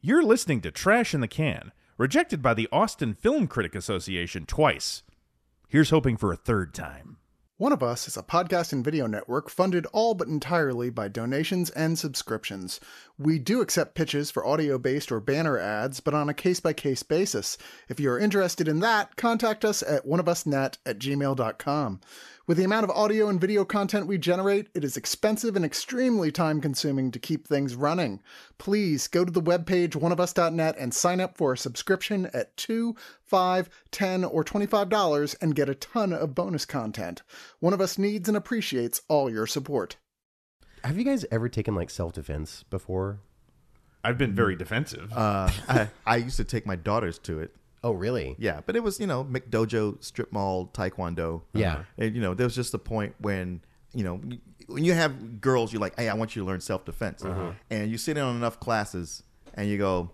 You're listening to Trash in the Can, rejected by the Austin Film Critic Association twice. Here's hoping for a third time. One of Us is a podcast and video network funded all but entirely by donations and subscriptions. We do accept pitches for audio based or banner ads, but on a case by case basis. If you are interested in that, contact us at oneofusnet at gmail.com. With the amount of audio and video content we generate, it is expensive and extremely time consuming to keep things running. Please go to the webpage oneofus.net and sign up for a subscription at 2 5 10 or $25 and get a ton of bonus content. One of us needs and appreciates all your support. Have you guys ever taken like self defense before? I've been very defensive. Uh, I, I used to take my daughters to it. Oh, really? Yeah, but it was you know McDojo, strip mall, taekwondo. Yeah. and you know there was just a point when you know when you have girls, you're like, hey, I want you to learn self defense, and you sit in on enough classes, and you go,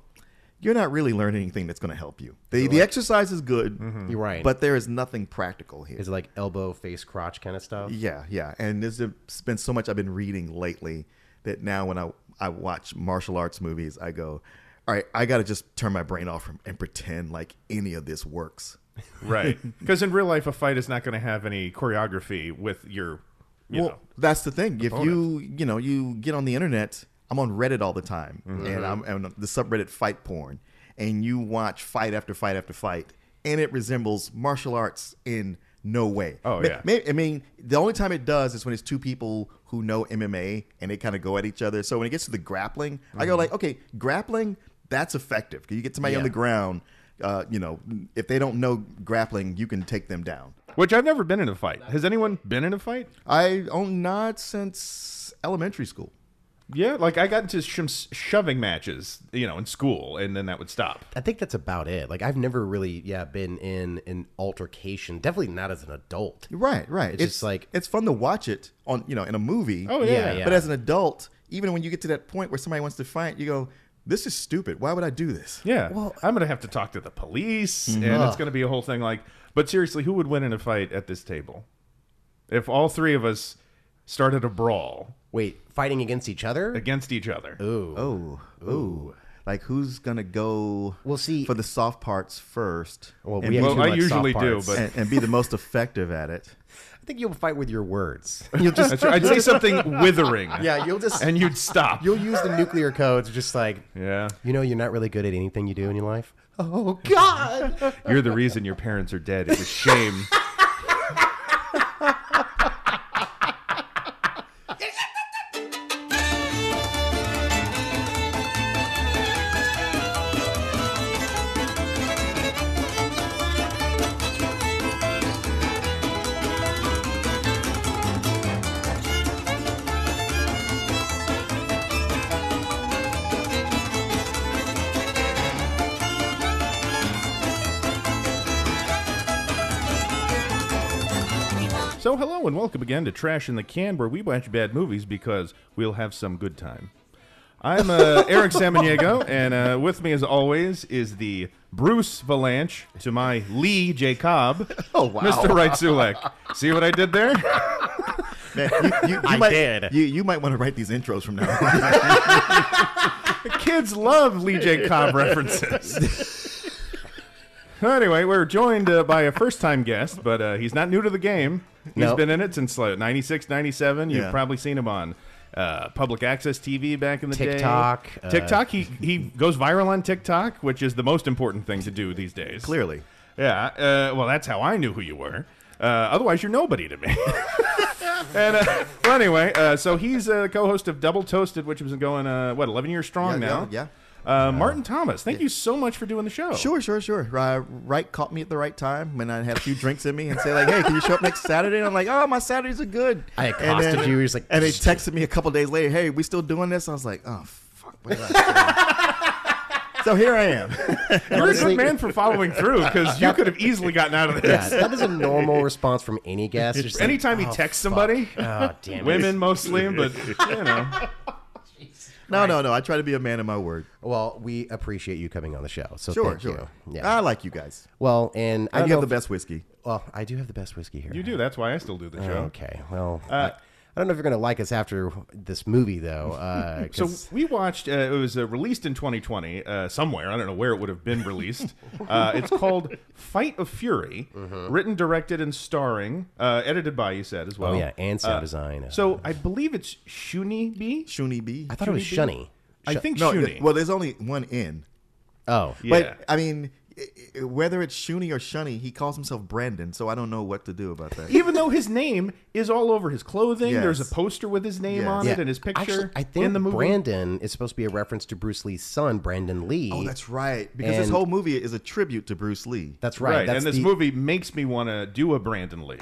you're not really learning anything that's going to help you. The, the exercise is good, You're right. but there is nothing practical here. is it like elbow, face, crotch kind of stuff? Yeah, yeah. And there's been so much I've been reading lately that now when I, I watch martial arts movies, I go, all right, I got to just turn my brain off from, and pretend like any of this works. right. Because in real life, a fight is not going to have any choreography with your, you well, know. that's the thing. If you, you know, you get on the internet, I'm on Reddit all the time Mm-hmm. and I'm on the subreddit fight porn and you watch fight after fight after fight and it resembles martial arts in no way. Oh, Ma- yeah. ma- I mean, the only time it does is when it's two people who know MMA and they kind of go at each other. So when it gets to the grappling, I Mm-hmm. go like, okay, grappling, that's effective. You get somebody on Yeah. the ground, uh, you know, if they don't know grappling, you can take them down. Which I've never been in a fight. Has anyone been in a fight? I own not since elementary school. Yeah, like I got into shim- shoving matches, you know, in school, and then that would stop. I think that's about it. Like I've never really, yeah, been in an altercation. Definitely not as an adult. Right, right. It's just like- it's fun to watch it on you know in a movie. Oh, yeah, yeah. yeah. But as an adult, even when you get to that point where somebody wants to fight, you go, "This is stupid. Why would I do this?" Yeah. Well- Mm-hmm. I'm going to have to talk to the police, and it's going to be a whole thing. Like, but seriously, who would win in a fight at this table? If all three of us started a brawl Wait, fighting against each other? against each other, Ooh. Oh, ooh. Like who's gonna go? We'll see. for the soft parts first, Well, and, we Well, actually I like soft usually do, parts. but- and, and be the most effective at it. I think you'll fight with your words. You'll just That's right. I'd say something withering. yeah, you'll just And you'd stop. you'll use the nuclear codes, just like yeah. you know, you're not really good at anything you do in your life. Oh God! You're the reason your parents are dead. It's a shame. So, hello and welcome again to Trash in the Can, where we watch bad movies because we'll have some good time. I'm uh, Eric Samaniego, and uh, with me, as always, is the Bruce Valanche to my Lee J. Cobb, Oh, wow. Mr. Right Sulek. See what I did there? Man, you, you, you I might, did. You, you might want to write these intros from now on. The kids love Lee J. Cobb references. anyway, we're joined uh, by a first time guest, but uh, he's not new to the game. He's No. been in it since like, 96, 97. You've Yeah. probably seen him on. Uh, public access TV back in the TikTok, day. uh, TikTok. He he goes viral on TikTok, which is the most important thing to do these days. Clearly, Yeah. Uh, well, that's how I knew who you were. Uh, otherwise, you're nobody to me. and uh, well, anyway, uh, so he's a co-host of Double Toasted, which has been going uh, what 11 years strong Yeah, now. yeah, Uh, Martin Thomas, thank you so much for doing the show. sure, sure, sure. Uh, right caught me at the right time when I had a few drinks in me and say like, "Hey, can you show up next Saturday?" And I'm like, "Oh, my Saturdays are good." I And accosted then- you. He was like, And they texted me a couple days later, hey, we still doing this? I was like, oh, fuck. What did I say?" so here I am. You're honestly- a good man for following through because you could have easily gotten out of this. yeah, that is a normal response from any guest. It's just like, Anytime he oh, texts fuck. somebody, Oh damn it. women mostly, but you know, No, no, no. I try to be a man of my word. Well, we appreciate you coming on the show. So Sure, thank sure. you. Yeah. Ah. I like you guys. well, and I I don't you have know the if- best whiskey. Well, I do have the best whiskey here. you do. That's why I still do the show. Okay. Well, Uh, I- I don't know if you're going to like us after this movie, though. Uh, So 'cause- we watched. Uh, it was uh, released in 2020 uh, somewhere. I don't know where it would have been released. uh, it's called Fight of Fury, written, directed, and starring, uh, edited by you said as well. Uh-huh. oh yeah, and sound design. uh, So I believe it's Shuni B. Shuni B. I thought it was Shunny. I think no, Shuni. well, there's only one N. Oh, yeah. But I mean, i- i- whether it's Shuni or Shunny, he calls himself Brandon, so I don't know what to do about that. even though his name is all over his clothing, Yes. there's a poster with his name Yes. on Yeah. it and his picture Actually, I think in the movie. Brandon is supposed to be a reference to Bruce Lee's son, Brandon Lee. Oh, that's right. Because this And- whole movie is a tribute to Bruce Lee. That's Right, right. That's and this the- movie makes me want to do a Brandon Lee.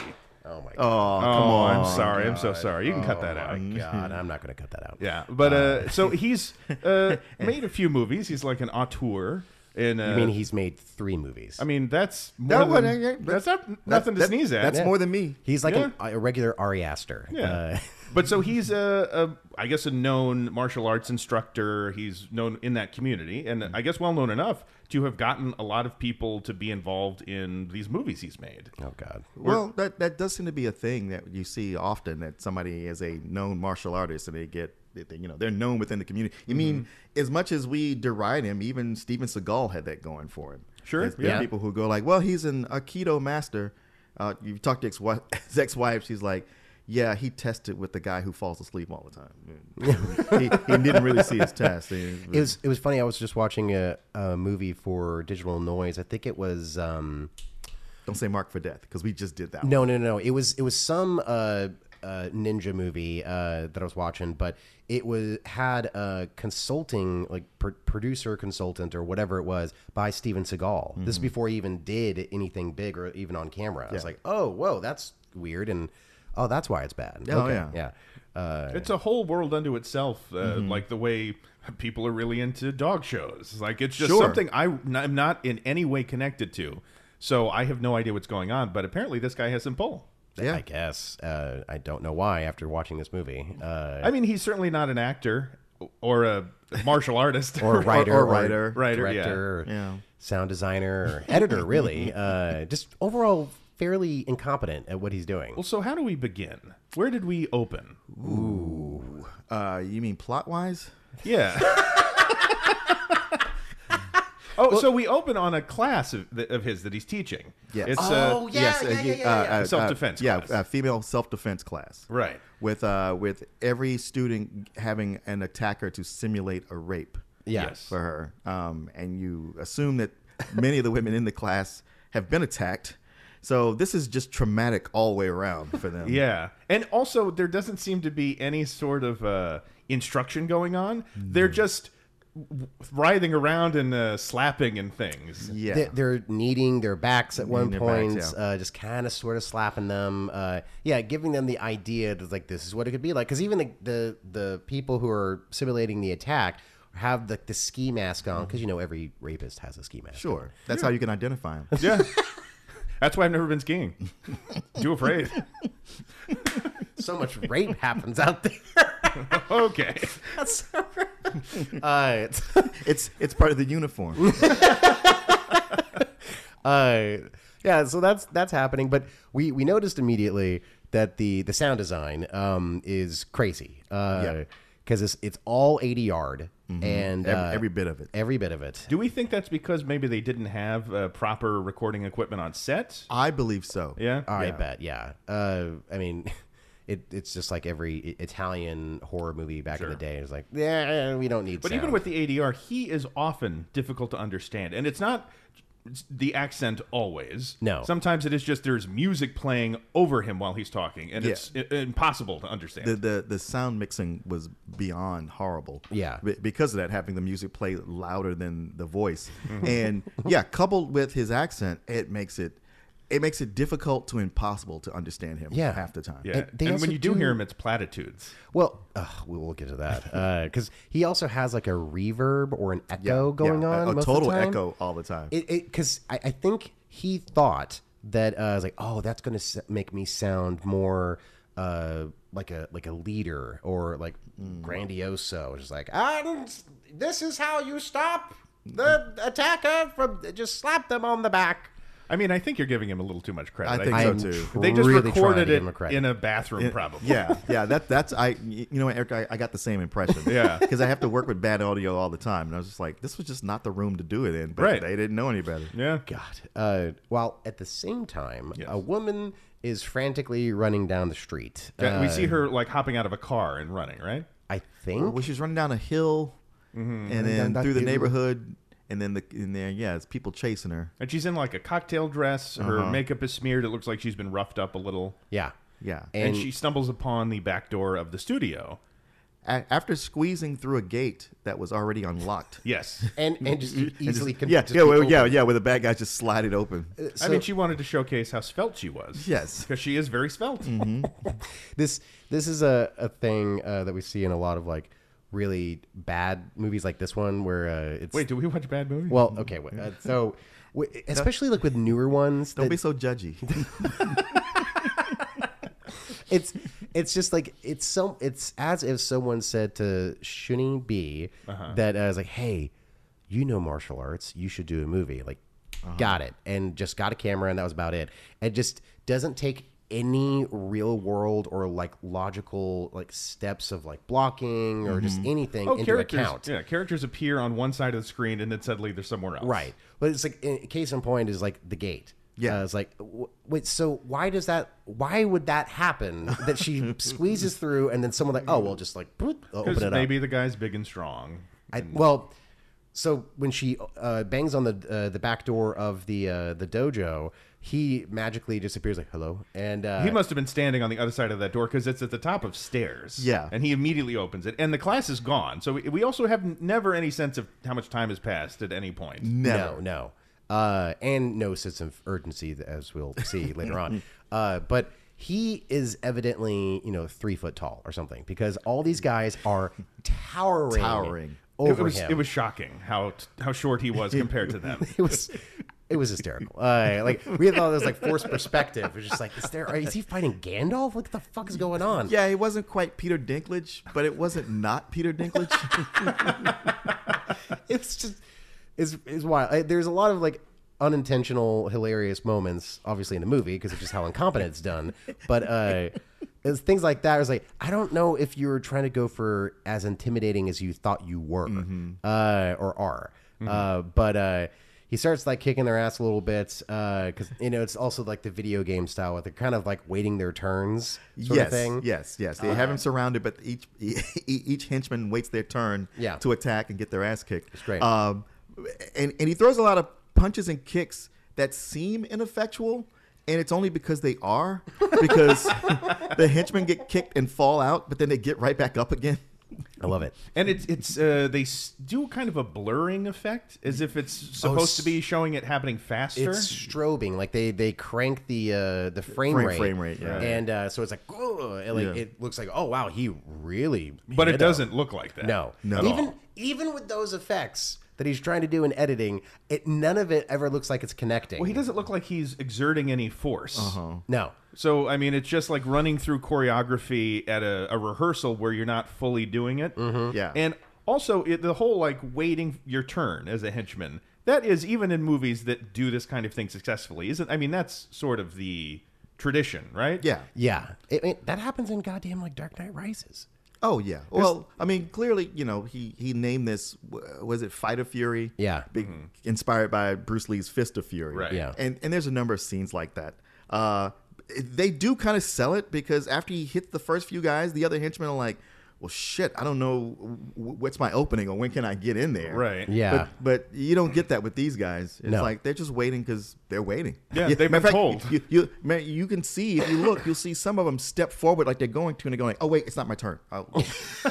Oh my oh, god. Oh, come on. I'm sorry. I'm so sorry. You can cut that out. god, I'm not going to cut that out. Yeah, but uh, so he's uh, made a few movies. He's like an auteur. And uh, I mean, he's made three movies. I mean that's That more one, than- uh, that's not, that- nothing to that- sneeze at. That's more than me. He's like an, a regular Ari Aster. Yeah. Uh, but so he's a, a, I guess, a known martial arts instructor. He's known in that community, and Mm-hmm. I guess well known enough to have gotten a lot of people to be involved in these movies he's made. oh god. Well, that that does seem to be a thing that you see often that somebody is a known martial artist and they get they- they- you know they're known within the community. You mean Mm-hmm. as much as we deride him, even Steven Seagal had that going for him. Sure, There's- there are yeah. people who go like, "Well, he's an Aikido master." Uh, you've talked to ex his ex-wife. She's like, "Yeah, he tested with the guy who falls asleep all the time. he, he didn't really see his test." It was it was funny. I was just watching a, a movie for Digital Noise. I think it was um, Don't say Mark for death because we just did that. one. no, no, no. It was it was some uh, uh, ninja movie uh, that I was watching, but it was had a consulting like pr- producer consultant or whatever it was by Steven Seagal. This is before he even did anything big or even on camera. I was like, oh, whoa, that's weird, and oh, that's why it's bad. Oh, Okay, yeah. yeah. Uh, It's a whole world unto itself, uh, like the way people are really into dog shows. Like it's just Sure. something I, am not in any way connected to, so I have no idea what's going on. But apparently, this guy has some pull. Yeah. I guess uh, I don't know why after watching this movie. Uh, I mean, he's certainly not an actor or a martial artist or writer, or writer. Writer, yeah. director, Yeah. sound designer, or editor, really. uh, just overall, fairly incompetent at what he's doing. Well, so how do we begin? Where did we open? Uh, you mean plot wise? Yeah. oh, so we open on a class of, th- of his that he's teaching. Yes. It's Oh, uh, yeah, yeah, uh, yeah, you- yeah, uh, yeah. uh, Self-defense uh, yeah, class. uh, female self defense class. right. With uh, with every student having an attacker to simulate a rape yeah. Yes. for her, um, and you assume that many of the women in the class have been attacked. So this is just traumatic all the way around for them. Yeah. And also, there doesn't seem to be any sort of uh, instruction going on. They're just w- writhing around and uh, slapping and things. yeah. They- They're kneading their backs at one their point, backs, yeah. uh, just kind of sort of slapping them. Uh, yeah, giving them the idea that like this is what it could be like. Because even the, the the people who are simulating the attack have the, the ski mask on, because you know every rapist has a ski mask. on. sure. That's how you can identify them. Yeah. That's why I've never been skiing. Too afraid. So much rape happens out there. Okay. That's so uh, it's- It's it's part of the uniform. uh, yeah, so that's that's happening. But we we noticed immediately that the the sound design um, is crazy because Yeah. it's it's all eighty yard and Mm-hmm. Every, uh, every bit of it. every bit of it. Do we think that's because maybe they didn't have uh, proper recording equipment on set? I believe so. Yeah. I bet, yeah. Uh, I mean, it, it's just like every I- Italian horror movie back in the day. It's like, yeah, we don't need. But even with the ADR, he is often difficult to understand, and it's not it's the accent always. No. sometimes it is just there's music playing over him while he's talking, and Yeah. it's i- impossible to understand. the, the the sound mixing was beyond horrible. Yeah. Be- because of that, having the music play louder than the voice, Mm-hmm. and yeah, coupled with his accent, it makes it it makes it difficult to impossible to understand him. Yeah. half the time. yeah, and and, they when also you do, do- hear him, it's platitudes. Well, uh, we will get to that because he also has like a reverb or an echo going Yeah, a- on. a, most of the total time. echo all the time. It because I, I think he thought that uh, I was like, oh, that's going to make me sound more uh, like a like a leader or like grandioso. Just like, and this is how you stop the attacker from just slap them on the back. I mean, I think you're giving him a little too much credit. I think I'm so, too. they just really trying to recorded give him a it credit. in a bathroom, probably. Yeah, yeah. That that's I. You know, what, Eric, I, I got the same impression. Yeah. because I have to work with bad audio all the time, and I was just like, this was just not the room to do it in. But Right. They didn't know any better. yeah. God. Uh, while at the same time, Yes. a woman is frantically running down the street. Yeah, we Uh, see her like hopping out of a car and running, right? I think. Well, she was running down a hill, and then Mm-hmm. down that through the hill. neighborhood, and then the in there, yeah, it's people chasing her. And she's in like a cocktail dress. Her Uh-huh. makeup is smeared. It looks like she's been roughed up a little. yeah. Yeah. And, And- she stumbles upon the back door of the studio. A- after squeezing through a gate that was already unlocked. Yes. And and just easily. Just- can- yeah, just yeah, be well, yeah, open. Uh, yeah. Where the bad guys just slide it open. I mean, she wanted to showcase how svelte she was. Yes. Because she is very svelte. Mm-hmm. This this is a a thing uh, that we see in a lot of like really bad movies like this one where uh, it's Wait, do we watch bad movies? well okay wait, uh, so w- especially like with newer ones Don't that be so judgy. it's it's just like it's so it's as if someone said to Shuni B Uh-huh. that uh, is like, hey, you know martial arts, you should do a movie. Like, Uh-huh. got it, and just got a camera, and that was about it. It just doesn't take any real world or like logical like steps of like blocking or just anything oh, into characters. account. Yeah, characters appear on one side of the screen and then suddenly they're somewhere else. Right. But it's like in, case in point is like the gate. Yeah. Uh, it's like w- wait, so why does that? Why would that happen? That she squeezes through, and then someone like, oh well, just like boop, open Because it maybe the guy's big and strong. up. I, well, so when she uh, bangs on the uh, the back door of the uh, the dojo, he magically disappears. Like hello, and uh, He must have been standing on the other side of that door because it's at the top of stairs. Yeah. And he immediately opens it. And the class is gone. So we, we also have n- never any sense of how much time has passed at any point. No, no. Uh, and no sense of urgency, as we'll see later on. Uh, but he is evidently, you know, three foot tall or something because all these guys are towering, Towering. It, over was, him. it was shocking how t- how short he was compared to them. it was it was hysterical. Uh, like we had all this like forced perspective. We're just like, is there? Is he fighting Gandalf? What the fuck is going on? Yeah, it wasn't quite Peter Dinklage, but it wasn't not Peter Dinklage. it's just it's, it's wild. I, there's a lot of like unintentional hilarious moments, obviously in the movie because of just how incompetent it's done. But uh, it's things like that. It's like I don't know if you were trying to go for as intimidating as you thought you were uh, or are. Uh, but uh, he starts like kicking their ass a little bit because you know it's also like the video game style where they're kind of like waiting their turns sort yes, of thing. Um, yes, yes. They have him surrounded, but each e- each henchman waits their turn Yeah. to attack and get their ass kicked. It's great. Um, and and he throws a lot of punches and kicks that seem ineffectual. And it's only because they are, because the henchmen get kicked and fall out, but then they get right back up again. I love it. And it's it's uh, they s- do kind of a blurring effect, as if it's supposed to be showing it happening faster. It's strobing, like they they crank the uh, the frame, Frame- rate, frame rate, yeah. and uh, so it's like, "Whoa," and, like Yeah. it looks like, oh wow, he really, But hit it him." doesn't look like that. No, At even all. even with those effects that he's trying to do in editing, it none of it ever looks like it's connecting. Well, he doesn't look like he's exerting any force. No, So I mean, it's just like running through choreography at a, a rehearsal where you're not fully doing it. Mm-hmm. Yeah. and also it, the whole like waiting your turn as a henchman. That is even in movies that do this kind of thing successfully, isn't? I mean, that's sort of the tradition, right? Yeah. yeah, it, it- that happens in goddamn like Dark Knight Rises. Oh yeah. Well, I mean, clearly, you know, he he named this w- was it Fight of Fury? Yeah. Big, inspired by Bruce Lee's Fist of Fury. Mm-hmm. Right. Yeah. And and there's a number of scenes like that. Uh, they do kind of sell it because after he hits the first few guys, the other henchmen are like, "Well, shit, I don't know w- what's my opening or when can I get in there." Right. Yeah. But, but you don't get that with these guys. It's No. like they're just waiting because they're waiting. Yeah, they've matter been of told. You, you, man, you can see if you look, you'll see some of them step forward like they're going to, and they're going, "Oh wait, it's not my turn." I'll- Oh.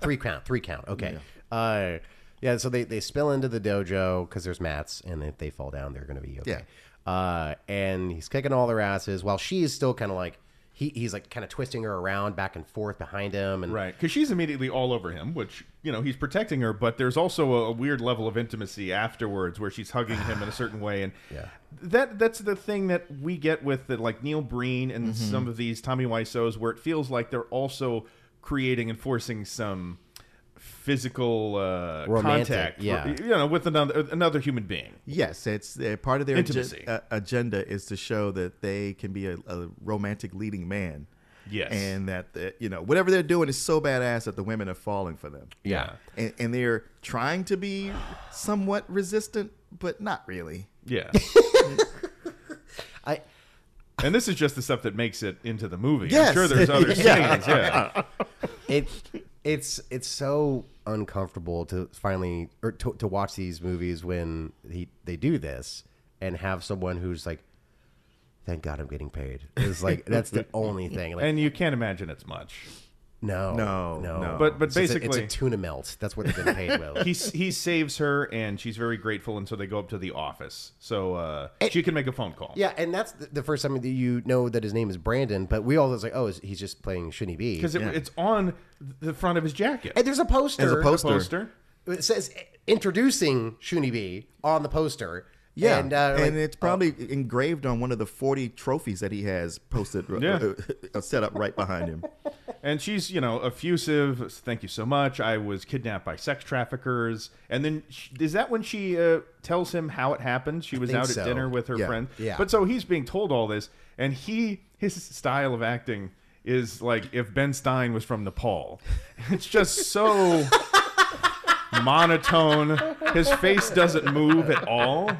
three count, three count. Okay. Yeah. Uh, yeah. So they they spill into the dojo because there's mats, and if they fall down, they're going to be okay. Uh, and he's kicking all their asses while she is still kind of like he, he's like kind of twisting her around back and forth behind him, and Right, because she's immediately all over him, which you know he's protecting her, but there's also a, a weird level of intimacy afterwards where she's hugging him in a certain way, and Yeah. that that's the thing that we get with the, like Neil Breen and Mm-hmm. some of these Tommy Wiseau's, where it feels like they're also creating and forcing some physical uh, Romantic, contact, yeah. you know, with another another human being. Yes, it's uh, part of their agen- Intimacy. uh, agenda is to show that they can be a, a romantic leading man. Yes. and that the, you know whatever they're doing is so badass that the women are falling for them. Yeah. and, and they're trying to be somewhat resistant, but not really. Yeah, I and this is just the stuff that makes it into the movie. I'm Yes. sure there's other Yeah. scenes. Yeah, it it's it's so uncomfortable to finally or to, to watch these movies when he they do this and have someone who's like thank god i'm getting paid it's like that's the only thing like and you can't imagine it's much. no No, no. But- but It's just a- it's a, basically- tuna melt that's what they've been paid with He s- he saves her, and she's very grateful, and so they go up to the office, so uh, she can make a phone call. yeah and that's the the first time that you know that his name is brandon but we all was like oh is- he's just playing shouldn't he be because it, it's on the front of his jacket. and there's a poster There's a poster. poster. it says introducing Shuni B on the poster Yeah, and, and, uh, like, it's probably engraved on one of the forty trophies that he has posted, Yeah. uh, set up right behind him. And she's, you know, effusive. Thank you so much. I was kidnapped by sex traffickers. And then sh is that when she uh, tells him how it happened? She was think out so. at dinner with her Yeah. friend. Yeah. But so he's being told all this, and he his style of acting is like if Ben Stein was from Nepal. It's just so monotone. His face doesn't move at all.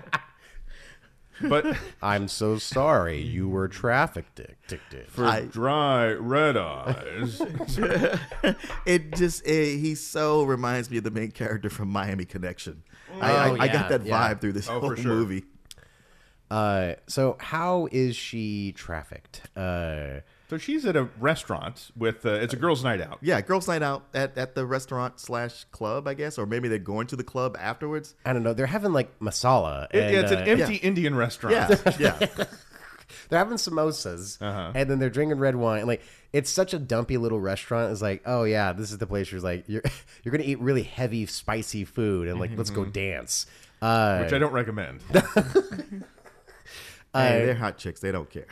But oh, I'm so sorry you were traffic addicted. for I- dry red eyes. It just it, he so reminds me of the main character from Miami Connection. I, I, Oh, I yeah, got that yeah. vibe through this Oh, for whole sure. movie. Uh, so how is she trafficked? Uh, So she's at a restaurant with uh, it's a girls' night out. Yeah, girls' night out at, at the restaurant slash club, I guess, or maybe they're going to the club afterwards. I don't know. They're having like masala. It- and, it's uh, an empty Indian restaurant. Yeah, yeah. They're having samosas, Uh-huh. and then they're drinking red wine. Like it's such a dumpy little restaurant. It's like, oh yeah, this is the place. You're like, you're you're gonna eat really heavy, spicy food, and like let's Mm-hmm. go dance. Uh, Which I don't recommend. Hey, they're hot chicks. They don't care.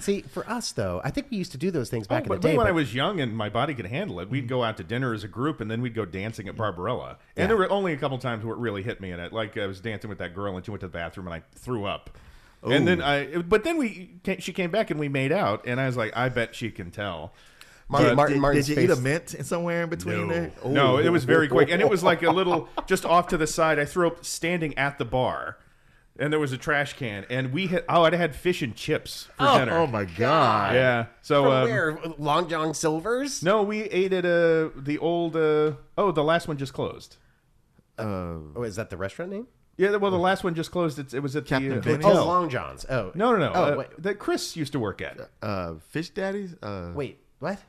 see, for us though, I think we used to do those things back in Oh, but the day. when I but- was young and my body could handle it, we'd go out to dinner as a group and then we'd go dancing at Barbarella. And there were only a couple times where it really hit me in it. Like I was dancing with that girl and she went to the bathroom and I threw up. And then I, but then we, she came back and we made out, and I was like, I bet she can tell. Martin, Did- Martin, did, Martin's did you face- eat a mint in somewhere in between there? Oh. No, it was very quick, and it was like a little just off to the side. I threw up standing at the bar, and there was a trash can, and we had oh, I had fish and chips for dinner. Oh my god! Yeah, so From um, where? Long John Silver's? no, we ate at uh, the old uh, oh, the last one just closed. Oh, is that the restaurant name? Yeah, well, the last one just closed. It's, it was at Captain the uh, Benny's? hotel. Oh, Long John's. Oh. No, no, no. Oh, uh, wait, that Chris used to work at. Uh, fish daddies. Uh, wait. What?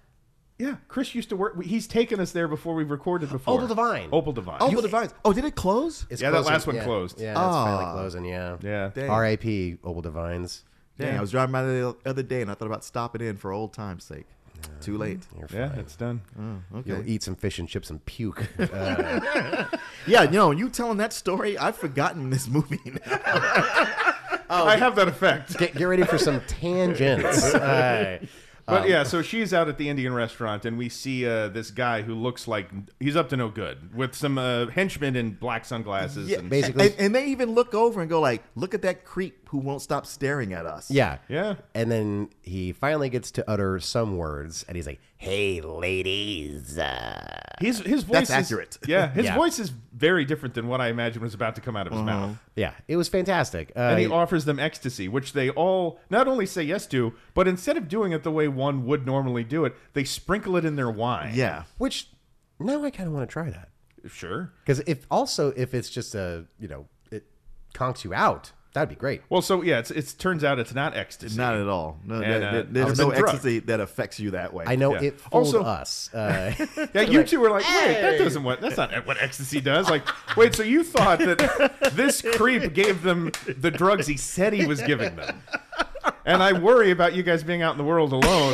Yeah, Chris used to work. He's taken us there before we recorded before. Opal Divine. Opal Divine. oh, the vines. Oh, did it close? It's Yeah, that last one yeah. closed. Yeah, that's finally closing, yeah. yeah. Dang. R.I.P. Old Divines. Dang, I was driving by the other day and I thought about stopping in for old times' sake. Too late. Mm-hmm. Yeah, it's done. You'll eat some fish and chips and puke. Uh, Yeah, you know, you telling that story, I've forgotten this movie. Now. Oh. I have that effect. get, get ready for some tangents. Uh, But yeah, so she's out at the Indian restaurant, and we see uh, this guy who looks like he's up to no good with some uh, henchmen in black sunglasses. Yeah, and, Basically- and, and they even look over and go like, "Look at that creep who won't stop staring at us." yeah. yeah, And then he finally gets to utter some words, and he's like, hey, ladies. Uh, his his voice That's is- accurate. Yeah, his Yeah. voice is very different than what I imagined was about to come out of his Uh-huh. mouth. yeah, it was fantastic. Uh, And he offers them ecstasy, which they all not only say yes to, but instead of doing it the way one would normally do it, they sprinkle it in their wine. yeah. which, now I kind of want to try that. sure. Because if also if it's just a you know it conks you out, that'd be great. Well, so yeah, it's it turns out it's not ecstasy. Not at all. No, And, there- uh, there- I there's was no a drug. ecstasy that affects you that way. I know Yeah. it fooled Also- us. Uh, Yeah, you two were like, wait, that doesn't what that's not what ecstasy does. Like, wait, so you thought that this creep gave them the drugs he said he was giving them. And I worry about you guys being out in the world alone.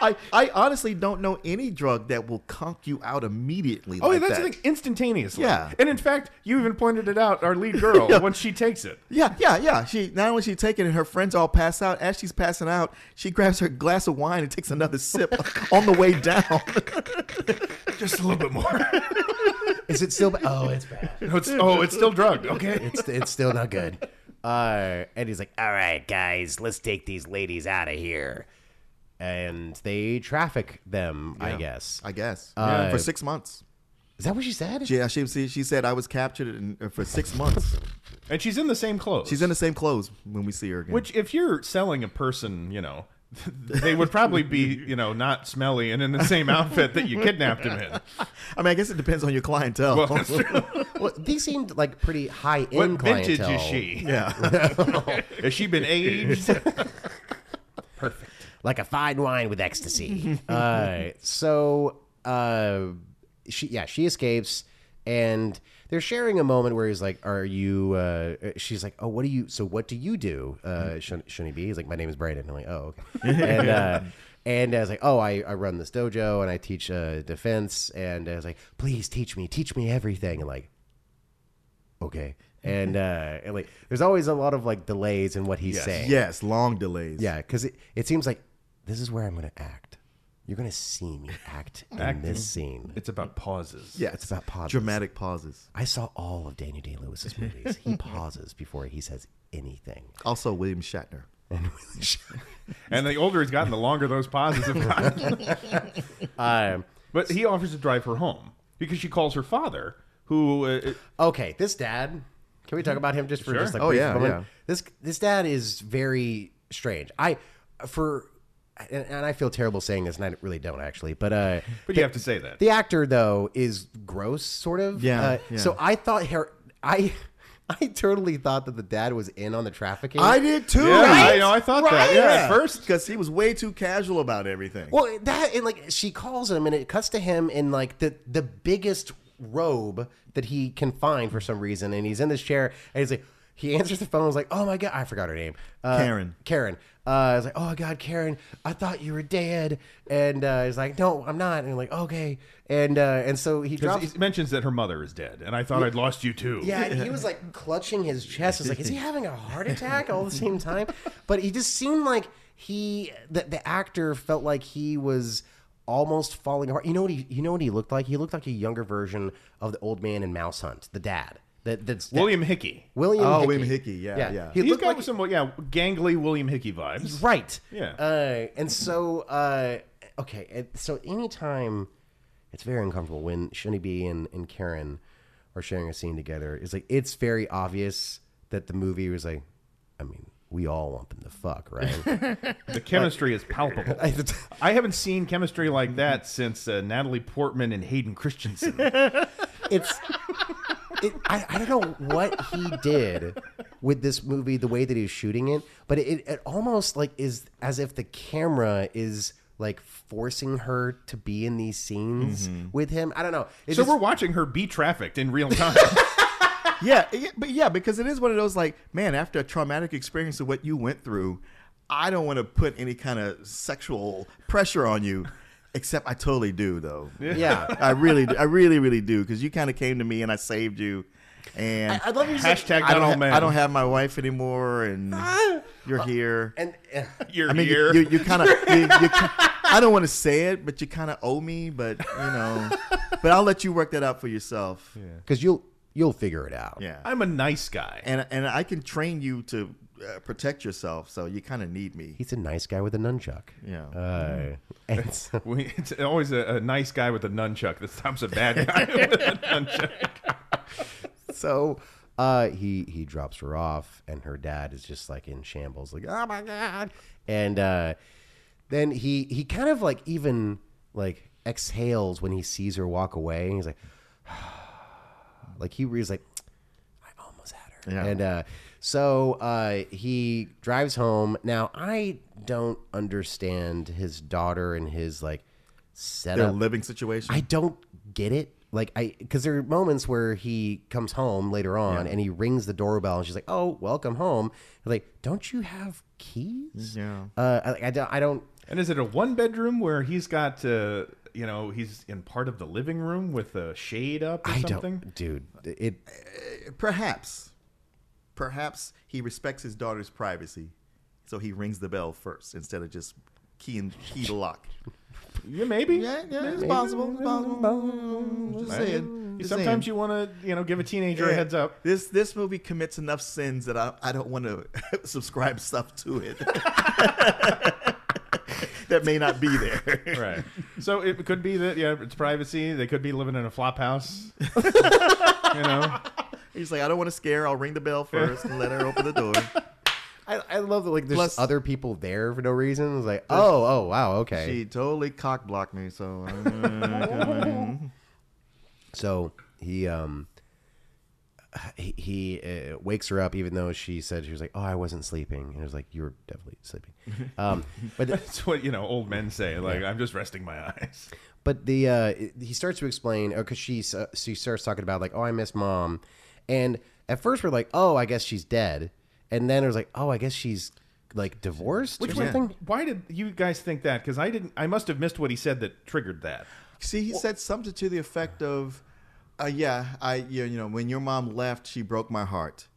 I, I honestly don't know any drug that will conk you out immediately. Oh, yeah, like that's that. the thing, instantaneously. Yeah. And in fact, you even pointed it out, our lead girl, Yeah. when she takes it. Yeah, yeah, yeah. She not only she taking it, her friends all pass out. As she's passing out, she grabs her glass of wine and takes another sip on the way down. Just a little bit more. Is it still? ba- Oh, it's bad. No, it's, oh, it's still drugged. Okay. It's it's still not good. Uh, and he's like, "All right, guys, let's take these ladies out of here." And they traffic them, I guess. I guess Uh, for six months. Is that what she said? Yeah, she she she said I was captured in, uh, for six months. And she's in the same clothes. She's in the same clothes when we see her again. Which, if you're selling a person, you know, they would probably be, you know, not smelly and in the same outfit that you kidnapped him in. I mean, I guess it depends on your clientele. Well, that's true. Well, these seemed like pretty high end What vintage clientele. is she? yeah, Has she been aged? like a fine wine with ecstasy. uh, so uh, she, yeah, she escapes, and they're sharing a moment where he's like, "Are you?" Uh, she's like, "Oh, what do you? So what do you do?" Uh, Shun- Shunny B. He's like, "My name is Brandon." I'm like, "Oh, okay." and uh, and I was like, "Oh, I, I run this dojo and I teach uh, defense." And I was like, "Please teach me, teach me everything." And like, okay. And, uh, and like, there's always a lot of like delays in what he's saying. yes, long delays. Yeah, because it, it seems like this is where I'm going to act. You're going to see me act in Acting. this scene. it's about pauses. yeah, It's about pauses. dramatic pauses. I saw all of Daniel Day Lewis's movies. He pauses before he says anything. Also, William Shatner. And really sh- And the older he's gotten, the longer those pauses have gotten. um, But he offers to drive her home because she calls her father, who uh, okay, this dad. Can we talk about him just for Sure. just like Oh, brief yeah, moment? yeah. This this dad is very strange. I for and, and I feel terrible saying this, and I really don't actually. But uh, But you have to say that. The actor though is gross, sort of. Yeah, Uh, yeah. So I thought her, I, I totally thought that the dad was in on the trafficking. I did too. Yeah, I know. I thought that. Yeah, at first. because he was way too casual about everything. Well, that and like she calls him, and it cuts to him in like the the biggest robe that he can find for some reason, and he's in this chair, and he's like. He answers the phone. and was like, "Oh my god, I forgot her name, uh, Karen. Karen." Uh, I was like, "Oh my god, Karen, I thought you were dead." And uh, he's like, "No, I'm not." And I'm like, "Okay." And uh, and so he drops. Because he mentions that her mother is dead, and I thought I'd lost you too. Yeah, and he was like clutching his chest. I was like, is he having a heart attack all at the same time? But he just seemed like he the, the actor felt like he was almost falling apart. You know what he you know what he looked like? He looked like a younger version of the old man in Mouse Hunt, the dad. That that's that- William Hickey. William Oh, Hickey. William Hickey, yeah, yeah. He He's looked got like some, yeah, gangly William Hickey vibes. Right. Yeah. Uh, and so, uh, okay. And so, anytime it's very uncomfortable when Shunny B and, and Karen are sharing a scene together, it's like, it's very obvious that the movie was like, I mean, we all want them to fuck, right? The chemistry is palpable. I haven't seen chemistry like that since uh, Natalie Portman and Hayden Christensen. it's, it, I, I don't know what he did with this movie, the way that he was shooting it, but it, it almost like is as if the camera is like forcing her to be in these scenes with him. I don't know. It so just- we're watching her be trafficked in real time. yeah, yeah, but yeah, because it is one of those like, man, after a traumatic experience of what you went through, I don't want to put any kind of sexual pressure on you. Except I totally do though. Yeah. I really, do. I really, really do because you kind of came to me and I saved you, and I love you. Ah. Hashtag I not don't, all ha- men. I don't have my wife anymore, and you're here. And uh, You're I mean, you, here. you, you kind of. You, you ki- I don't want to say it, but you kind of owe me. But you know, but I'll let you work that out for yourself. because you'll you'll figure it out. Yeah. I'm a nice guy. and and I can train you to uh, protect yourself. So you kind of need me. He's a nice guy with a nunchuck. Yeah. Uh, and so, We, it's always a, a nice guy with a nunchuck that stops a bad guy with a nunchuck. so, uh, he he drops her off, and her dad is just like in shambles, like oh my god. And uh, then he he kind of like even like exhales when he sees her walk away, and he's like, like he was like, I almost had her. Yeah. And uh, so uh, he drives home. Now I don't understand his daughter and his like Their setup. living situation. I don't get it. Like I, because there are moments where he comes home later on and he rings the doorbell and she's like, "Oh, welcome home." like, don't you have keys? Yeah. Uh, I, I don't. I don't. And is it a one bedroom where he's got, uh, you know, he's in part of the living room with a shade up or I something? don't, dude. It Perhaps, perhaps he respects his daughter's privacy, so he rings the bell first instead of just key and key the lock. Yeah, maybe. Yeah, yeah, it's Maybe. possible, it's possible. Just I- saying. Just Sometimes you saying. want to, you know, give a teenager a Yeah. heads up. This this movie commits enough sins that I, I don't want to subscribe stuff to it that may not be there. Right. So it could be that yeah, it's privacy. They could be living in a flop house. you know. He's like, I don't want to scare. I'll ring the bell first and let her open the door. I, I love that like there's Plus- other people there for no reason. It's like, oh, oh wow, okay. She totally cock blocked me, so uh, So he um he, he uh, wakes her up even though she said she was like, "Oh, I wasn't sleeping." And it was like, "You were definitely sleeping." Um but the, That's what you know old men say. Like I'm just resting my eyes. but the uh he starts to explain oh, cuz she uh, she starts talking about like, "Oh, I miss mom." And at first we're like, "Oh, I guess she's dead." And then it was like, "Oh, I guess she's like divorced or something." Why did you guys think that? Because I didn't. I must have missed what he said that triggered that. see, he said something to the effect of, uh, "Yeah, I you, you know when your mom left, she broke my heart."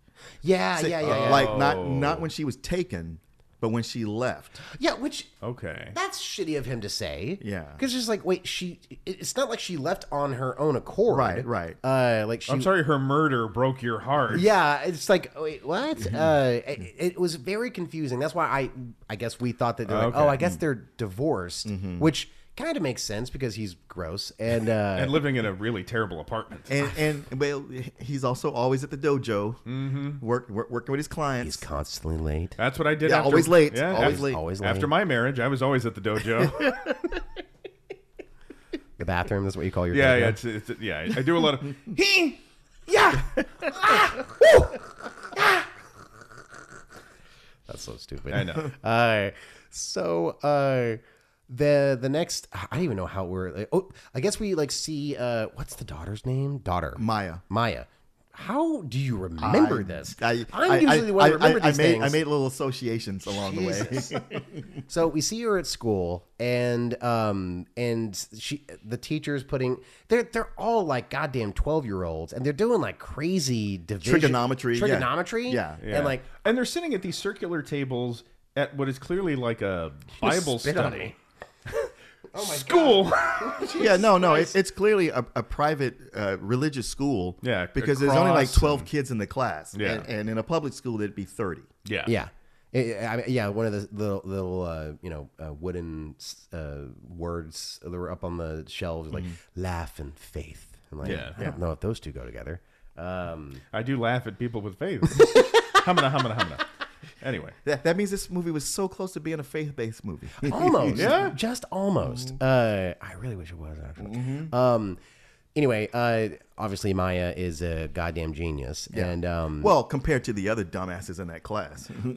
Yeah, Say- yeah, uh, yeah, yeah. Like not not Oh. when she was taken, but when she left. yeah, which Okay. That's shitty of him to say. Yeah. because just like wait, she. it- It's not like she left on her own accord. Right, right. Uh, like she. I'm sorry, her murder broke your heart. Yeah, it's like wait, what? Mm-hmm. uh, it, it was very confusing. That's why I, I guess we thought that they're like, Okay. Mm-hmm. oh, I guess they're divorced, which kind of makes sense because he's gross and uh, And living in a really terrible apartment. And and well, he's also always at the dojo, Mm-hmm. work, work working with his clients. he's constantly late. That's what I did. Yeah, after, always late, Yeah, always after, late. Always late. After my marriage, I was always at the dojo. The bathroom. That's what you call your. yeah, dojo? yeah, it's, it's, yeah. I do a lot of. He, yeah. Ah! Woo! Ah! That's so stupid. I know. Uh, so uh, the the next, I don't even know how we're. Like, oh, I guess we like see uh, what's the daughter's name? Daughter Maya. Maya. How do you remember I- this? I, am I- usually I- the one I- to remember I, these I made, things. I made little associations along the way. So we see her at school, and um, and she the teacher's putting they're they're all like goddamn twelve year olds, and they're doing like crazy division Trigonometry, yeah. trigonometry, Yeah, Yeah. and like and they're sitting at these circular tables at what is clearly like a Bible spit on Oh study. School. yeah, no, no, it's, it's clearly a, a private uh, religious school. Yeah, because there's only like across 12 kids in the class. Yeah. and, and in a public school, there'd be 30. yeah. yeah. I- I mean, yeah, one of the little, little uh, you know, uh, wooden uh, words that were up on the shelves, like Mm-hmm. laugh and faith. I'm like, Yeah. I don't know if those two go together. Um, I do laugh at people with faith. humna, humna, humna. Anyway. That, that means this movie was so close to being a faith-based movie. almost Yeah. Mm-hmm. just almost uh i really wish it was actually um anyway uh obviously maya is a goddamn genius and um well, well, compared to the other dumbasses in that class.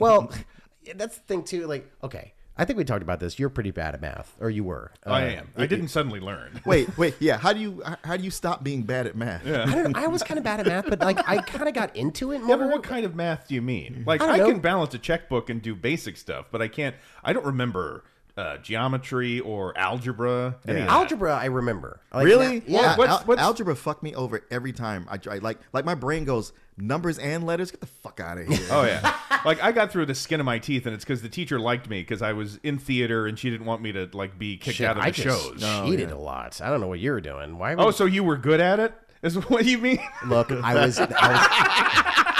that's the thing too like okay i think we talked about this you're pretty bad at math or you were uh, I am. I didn't suddenly learn. wait, wait, yeah. How do you how do you stop being bad at math? I, don't, I was kind of bad at math but like i kind of got into it Yeah, more but what kind of math do you mean? Like, I don't I, know. can balance a checkbook and do basic stuff, but I can't. I don't remember uh, geometry or algebra. any of that. algebra i remember Like, Really? na- yeah Al- what's- al- what's- algebra fucked me over every time. I try like like my brain goes numbers and letters. Get the fuck out of here. Oh yeah, like I got through the skin of my teeth, and it's because the teacher liked me because I was in theater, and she didn't want me to like be kicked Shit, out of the i just shows. cheated a lot i don't know what you were doing why would Oh, so you were good at it? Is what you mean? look i was, I was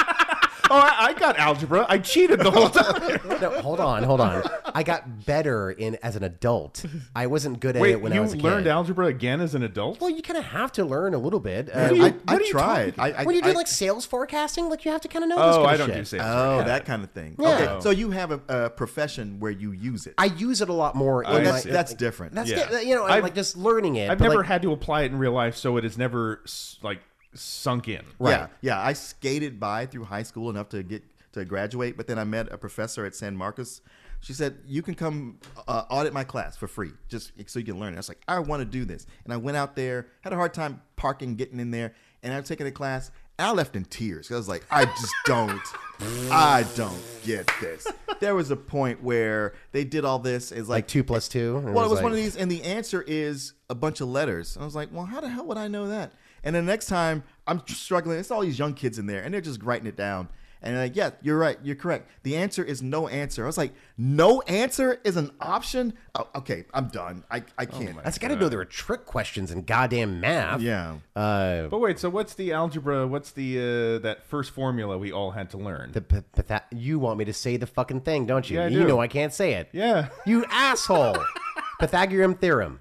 Oh, I, I got algebra. I cheated the whole time. No, hold on, hold on. I got better in as an adult. I wasn't good at Wait, it when you I was a learned kid. algebra again as an adult? well, you kind of have to learn a little bit. Uh, I, like, I tried. I, I, when you do I- like sales forecasting, like you have to kind of know. this oh, kind I of don't shit. do sales. oh that kind of thing. Yeah. Okay, so you have a, a profession where you use it. I use it a lot more. In I my, that's see. that's different. that's Yeah. good, you know, and, I've- like just learning it. I've but, never like, had to apply it in real life, so it has never s- like sunk in. Yeah, yeah. I skated by through high school enough to get to graduate, but then I met a professor at San Marcos. She said, "You can come uh, audit my class for free, just so you can learn." it." I was like, "I want to do this," and I went out there. Had a hard time parking, getting in there, and I've taken a class. And I left in tears. 'cause I was like, "I just don't, I don't get this." there was a point where they did all this as like like, two plus two. and well, it was one of like- these, and the answer is a bunch of letters. And I was like, well, how the hell would I know that? And the next time I'm struggling, it's all these young kids in there, and they're just writing it down. And they're like, yeah, you're right, you're correct. The answer is no answer. I was like, no answer is an option. Oh, okay, I'm done. I, I can't. That's got to know there are trick questions in goddamn math. yeah. Uh, But wait, so what's the algebra? What's the uh, that first formula we all had to learn? the, but, but that you want me to say the fucking thing, don't you? Yeah, I you do. know I can't say it. yeah. You asshole. Pythagorean theorem.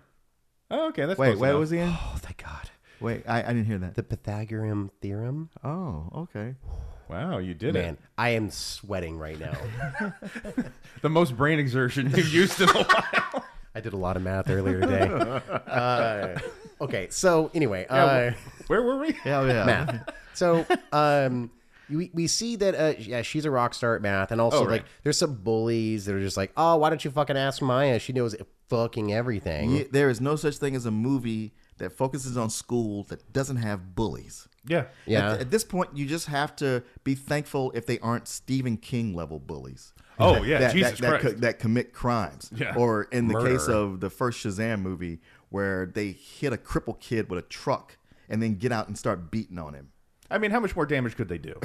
Oh, okay, that's Wait, close what enough. was the end? Oh, thank God. Wait, I, I didn't hear that. The Pythagorean theorem. Oh, okay. Wow, you did Man, it. I am sweating right now. The most brain exertion you've used in a while. I did a lot of math earlier today. Uh, okay, so anyway, uh, Where were we? Hell yeah. math. uh-huh. So um, we, we see that uh, yeah, she's a rock star at math, and also Oh, right. like there's some bullies that are just like, oh, why don't you fucking ask Maya? She knows fucking everything. Ye- there is no such thing as a movie that focuses on school that doesn't have bullies. Yeah. Yeah. At, at this point, you just have to be thankful if they aren't Stephen King level bullies. Oh, yeah, that, Jesus that, Christ. That, co- that commit crimes. Yeah. Or in the Murder. case of the first Shazam movie, where they hit a crippled kid with a truck and then get out and start beating on him. I mean, how much more damage could they do?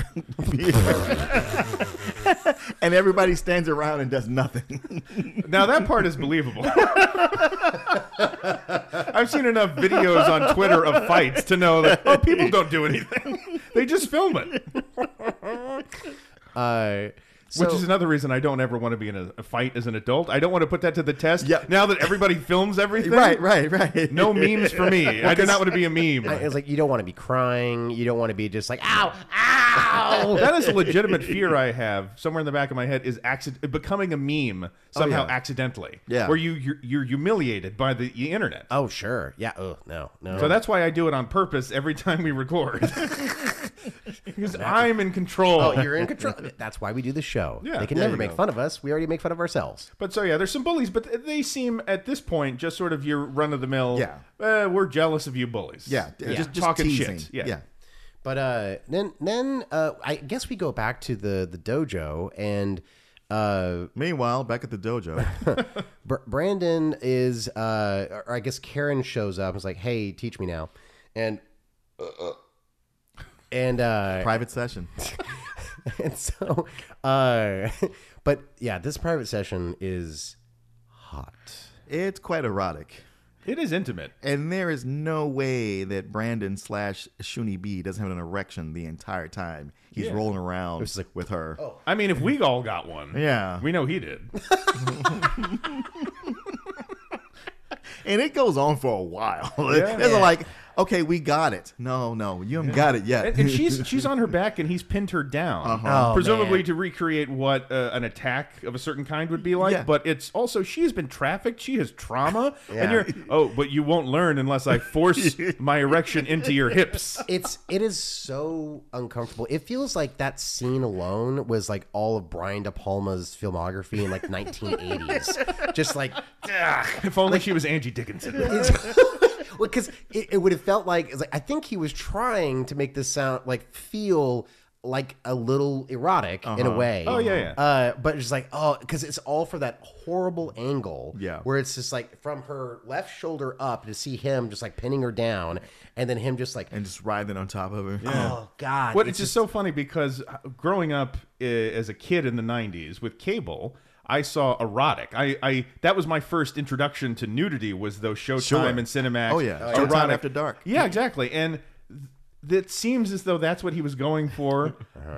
And everybody stands around and does nothing. Now that part is believable. I've seen enough videos on Twitter of fights to know that oh, people don't do anything; they just film it. Uh, so, Which is another reason I don't ever want to be in a, a fight as an adult. I don't want to put that to the test. Yeah. Now that everybody films everything, right, right, right. No memes for me. I do not want to be a meme. I- it's like you don't want to be crying. You don't want to be just like ow, Oh, ow. that is a legitimate fear I have somewhere in the back of my head is accident becoming a meme somehow Oh, yeah. accidentally. Yeah. Where you you're, you're humiliated by the internet. oh sure, yeah. Oh no, no. So that's why I do it on purpose every time we record. because I'm in control. oh, you're in control. That's why we do the show. Yeah, they can there never you make go. fun of us. We already make fun of ourselves. but so yeah, there's some bullies, but they seem at this point just sort of your run of the mill. Yeah. Uh, we're jealous of you bullies. Yeah, just, just talking teasing. shit. Yeah. yeah. But uh, then then uh, I guess we go back to the the dojo and. Uh, Meanwhile, back at the dojo. Br- Brandon is, uh, or I guess Karen shows up and is like, "Hey, teach me now," and uh, and uh, private session. and so, uh, but yeah, this private session is hot. It's quite erotic. It is intimate. And there is no way that Brandon slash Shuni B doesn't have an erection the entire time he's Yeah. oh. rolling around just like, with her. I mean, if we all got one, Yeah. we know he did. And it goes on for a while. Yeah. It's like, okay, we got it. No, no, you haven't got it yet. And, and she's she's on her back, and he's pinned her down, Oh, presumably man. to recreate what uh, an attack of a certain kind would be like. Yeah. But it's also she has been trafficked. She has trauma, Yeah. and you're oh, but you won't learn unless I force my erection into your hips. It's it is so uncomfortable. It feels like that scene alone was like all of Brian De Palma's filmography in like 1980s. Just like If only she was Angie Dickinson. because it, it would have felt like, it's like I think he was trying to make this sound like feel like a little erotic in a way. Oh, yeah, yeah. Uh, but it's just like oh, because it's all for that horrible angle. Yeah. where it's just like from her left shoulder up to see him just like pinning her down, and then him just like and just writhing on top of her. oh god. But it's just so funny because growing up uh, as a kid in the '90s with cable. I saw erotic. I, I that was my first introduction to nudity was those Showtime Sure. and Cinemax. Oh, yeah. Showtime After Dark. Yeah, exactly. And th- it seems as though that's what he was going for,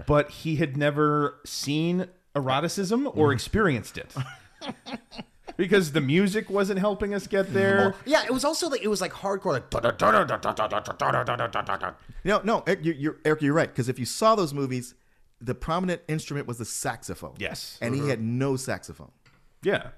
but he had never seen eroticism Mm-hmm. or experienced it. because the music wasn't helping us Mm-hmm. get there. yeah, it was also like it was like hardcore like da, da, da, da, da, da, da, da, da, da, da, da, da. No, no, Eric, you're, you're, Eric, you're right. Because if you saw those movies, the prominent instrument was the saxophone. Yes. Uh-huh. And he had no saxophone. Yeah.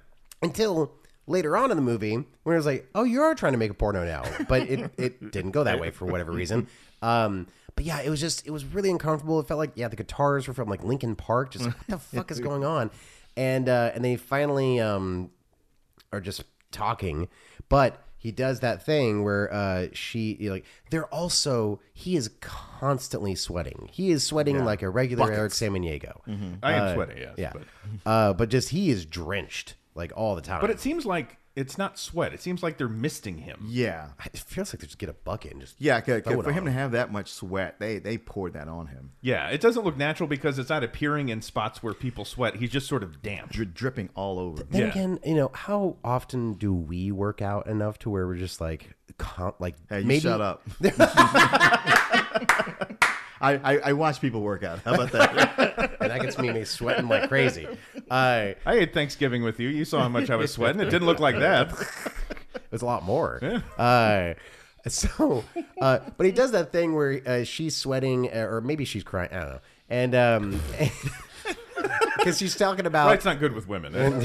until later on in the movie where it was like, oh, you are trying to make a porno now, but it, it didn't go that way for whatever reason. Um, but yeah, it was just it was really uncomfortable. It felt like yeah, the guitars were from like Linkin Park. Just like, what the fuck is going on? And uh, and they finally um, are just talking, but he does that thing where uh, she you know, like they're also he is constantly sweating. He is sweating like a regular Eric Samaniego. I am sweaty, yes. Yeah, Mm-hmm. But, uh, but just he is drenched like all the time. but it seems like it's not sweat. It seems like they're misting him. Yeah. it feels like they just get a bucket and just Yeah, 'cause- 'cause Throw it for him on. to have that much sweat, they they poured that on him. Yeah, it doesn't look natural because it's not appearing in spots where people sweat. He's just sort of damp. Dri- dripping all over. Then Yeah. again, you know, how often do we work out enough to where we're just like, con- like Hey, you maybe shut up. I, I, I watch people work out. How about that? and that gets me me sweating like crazy. Uh, I ate Thanksgiving with you. You saw how much I was sweating. It didn't look like that. it's a lot more. Uh, so, uh, but he does that thing where uh, she's sweating, uh, or maybe she's crying. I don't know. And um, because she's talking about, Light's not good with women. eh?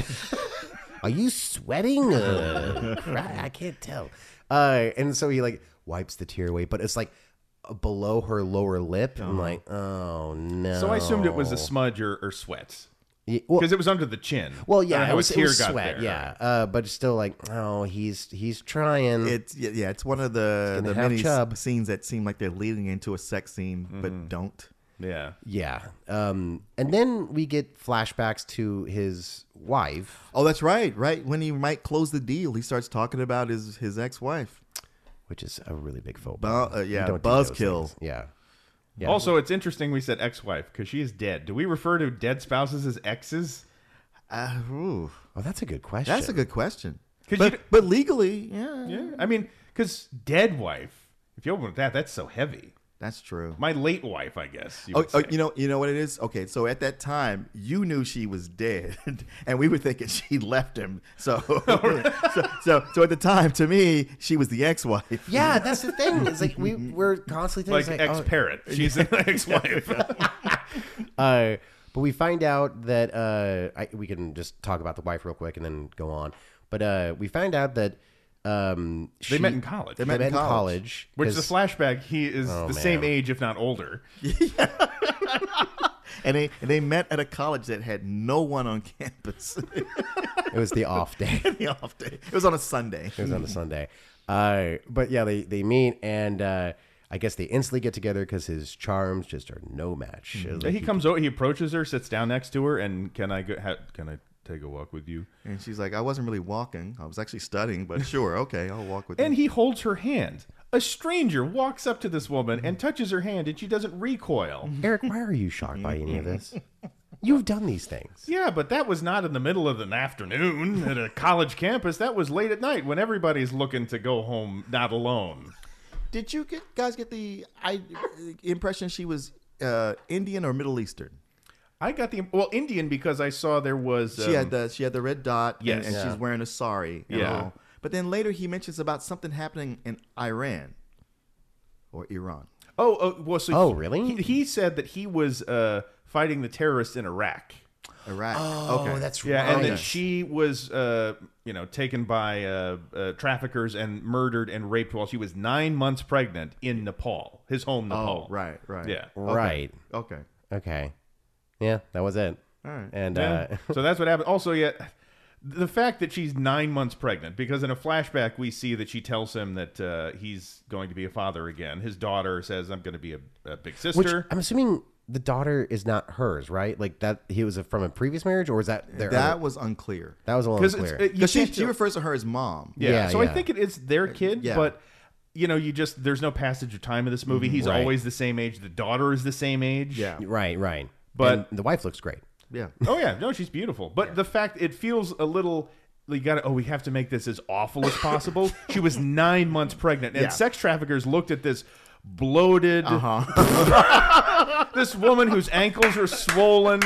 are you sweating? Uh, cry? I can't tell. Uh, and so he like wipes the tear away, but it's like below her lower lip. I'm like, oh no. Uh-huh. So I assumed it was a smudge or, or sweat Yeah, well, because it was under the chin. Well, I don't know yeah, how it was, a it tear was got sweat, there. yeah, uh, but it's still like, oh, he's he's trying. it's yeah, yeah, it's one of the gonna the have many s- chub. scenes that seem like they're leading into a sex scene, but don't. yeah. yeah, um, and then we get flashbacks to his wife, Oh, that's right, right. When he might close the deal, he starts talking about his his ex wife. which is a really big faux Bu- pas. uh, yeah, You don't do those buzzkill. things. Yeah, Also, it's interesting we said ex-wife because she is dead. Do we refer to dead spouses as exes? Uh, ooh, oh, that's a good question. that's a good question. 'Cause But, you d- but legally, yeah, Yeah. I mean, because dead wife. If you open with that, that's so heavy. that's true. My late wife, I guess. You Oh, would oh, say. you know, you know what it is. Okay, so at that time, you knew she was dead, and we were thinking she left him. So, so, so, so at the time, to me, she was the ex-wife. yeah, that's the thing. It's like we we're constantly like, thinking, ex it's oh, parrot. She's an ex wife. Uh, but we find out that uh, I, we can just talk about the wife real quick and then go on. But uh, we find out that um, they she- met in college. They met in college, Which the 'cause- flashback, he is the same man. age, if not older. and they and they met at a college that had no one on campus. it was the off day. the off day. It was on a Sunday. It was on a Sunday. Uh, but yeah, they, they meet and uh, I guess they instantly get together because his charms just are no match. It's Yeah, like, he comes over, he approaches her, sits down next to her, and can I go? Ha- can I take a walk with you? And she's like, I wasn't really walking. I was actually studying, but sure, okay, I'll walk with And you. he holds her hand. A stranger walks up to this woman and touches her hand, and she doesn't recoil. Eric, why are you shocked by any of this? You've done these things. Yeah, but that was not in the middle of an afternoon at a college campus. That was late at night when everybody's looking to go home, not alone. Did you get guys get the I impression she was uh, Indian or Middle Eastern? I got the well Indian because I saw there was she had um, the she had the red dot. and- Yes. and, Yeah. she's wearing a sari. And Yeah. all. But then later he mentions about something happening in Iran or Iran. oh, oh well so Oh, he- really? he, he said that he was uh, fighting the terrorists in Iraq. Iraq. Oh, okay. that's Yeah, right. and then she was, uh, you know, taken by uh, uh, traffickers and murdered and raped while she was nine months pregnant in Nepal, his home Nepal. Oh, right, right. Yeah. right. Okay. Okay. Yeah, that was it. All right. And Yeah. uh, so that's what happened. Also, yeah, the fact that she's nine months pregnant, because in a flashback we see that she tells him that uh, he's going to be a father again. His daughter says, "I'm going to be a, a big sister." which I'm assuming the daughter is not hers, right? Like that he was from a previous marriage, or is that their That other- was unclear. that was a little 'Cause it's- unclear. it- you Because she, can't she tell- refers to her as mom. Yeah. Yeah, so I yeah. think it is their kid, Yeah. but you know, you just there's no passage of time in this movie. He's Right. always the same age. The daughter is the same age. Yeah. right, right. But- And the wife looks great. Yeah. oh yeah, no, she's beautiful. But the fact it feels a little you got to oh we have to make this as awful as possible. she was 9 months pregnant and Yeah. sex traffickers looked at this bloated this woman whose ankles are swollen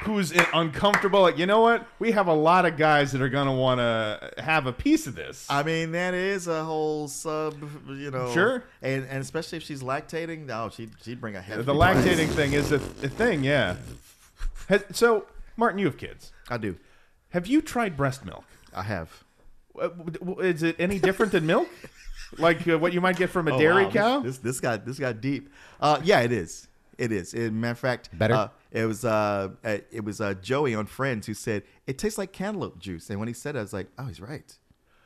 who's in- uncomfortable like you know what we have a lot of guys that are going to want to have a piece of this I mean, that is a whole sub, you know. Sure. And and especially if she's lactating, no, she'd she'd bring a hefty. the price. lactating thing is a, a thing yeah Has- so martin you have kids I do. have you tried breast milk I have. Uh, w- w- is it any different than milk like uh, what you might get from a dairy Oh, wow, this- cow This, this got this got deep. Uh, yeah, it is. It is. As a matter of fact, Better? Uh, it was uh, uh, it was uh, Joey on Friends who said it tastes like cantaloupe juice, and when he said it, I was like, oh, he's right.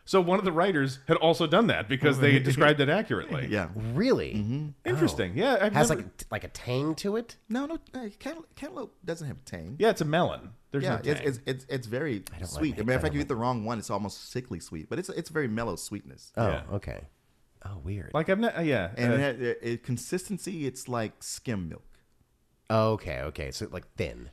So one of the writers had also done that because they described it accurately. Yeah. Oh. Really? Interesting. Yeah. I've Has Mm-hmm. never- like a, like a tang to it? No, no, uh, cantaloupe, cantaloupe doesn't have tang. yeah, it's a melon. There's Yeah, no it's, tang. it's, it's, it's very like sweet. it. As a matter I of fact, don't you eat the wrong one, it's almost sickly sweet, but it's it's very mellow sweetness. Oh, Yeah. okay. Oh, weird. like I've not. yeah. and uh, it had- it, it- consistency, it's like skim milk. okay, okay. So like thin.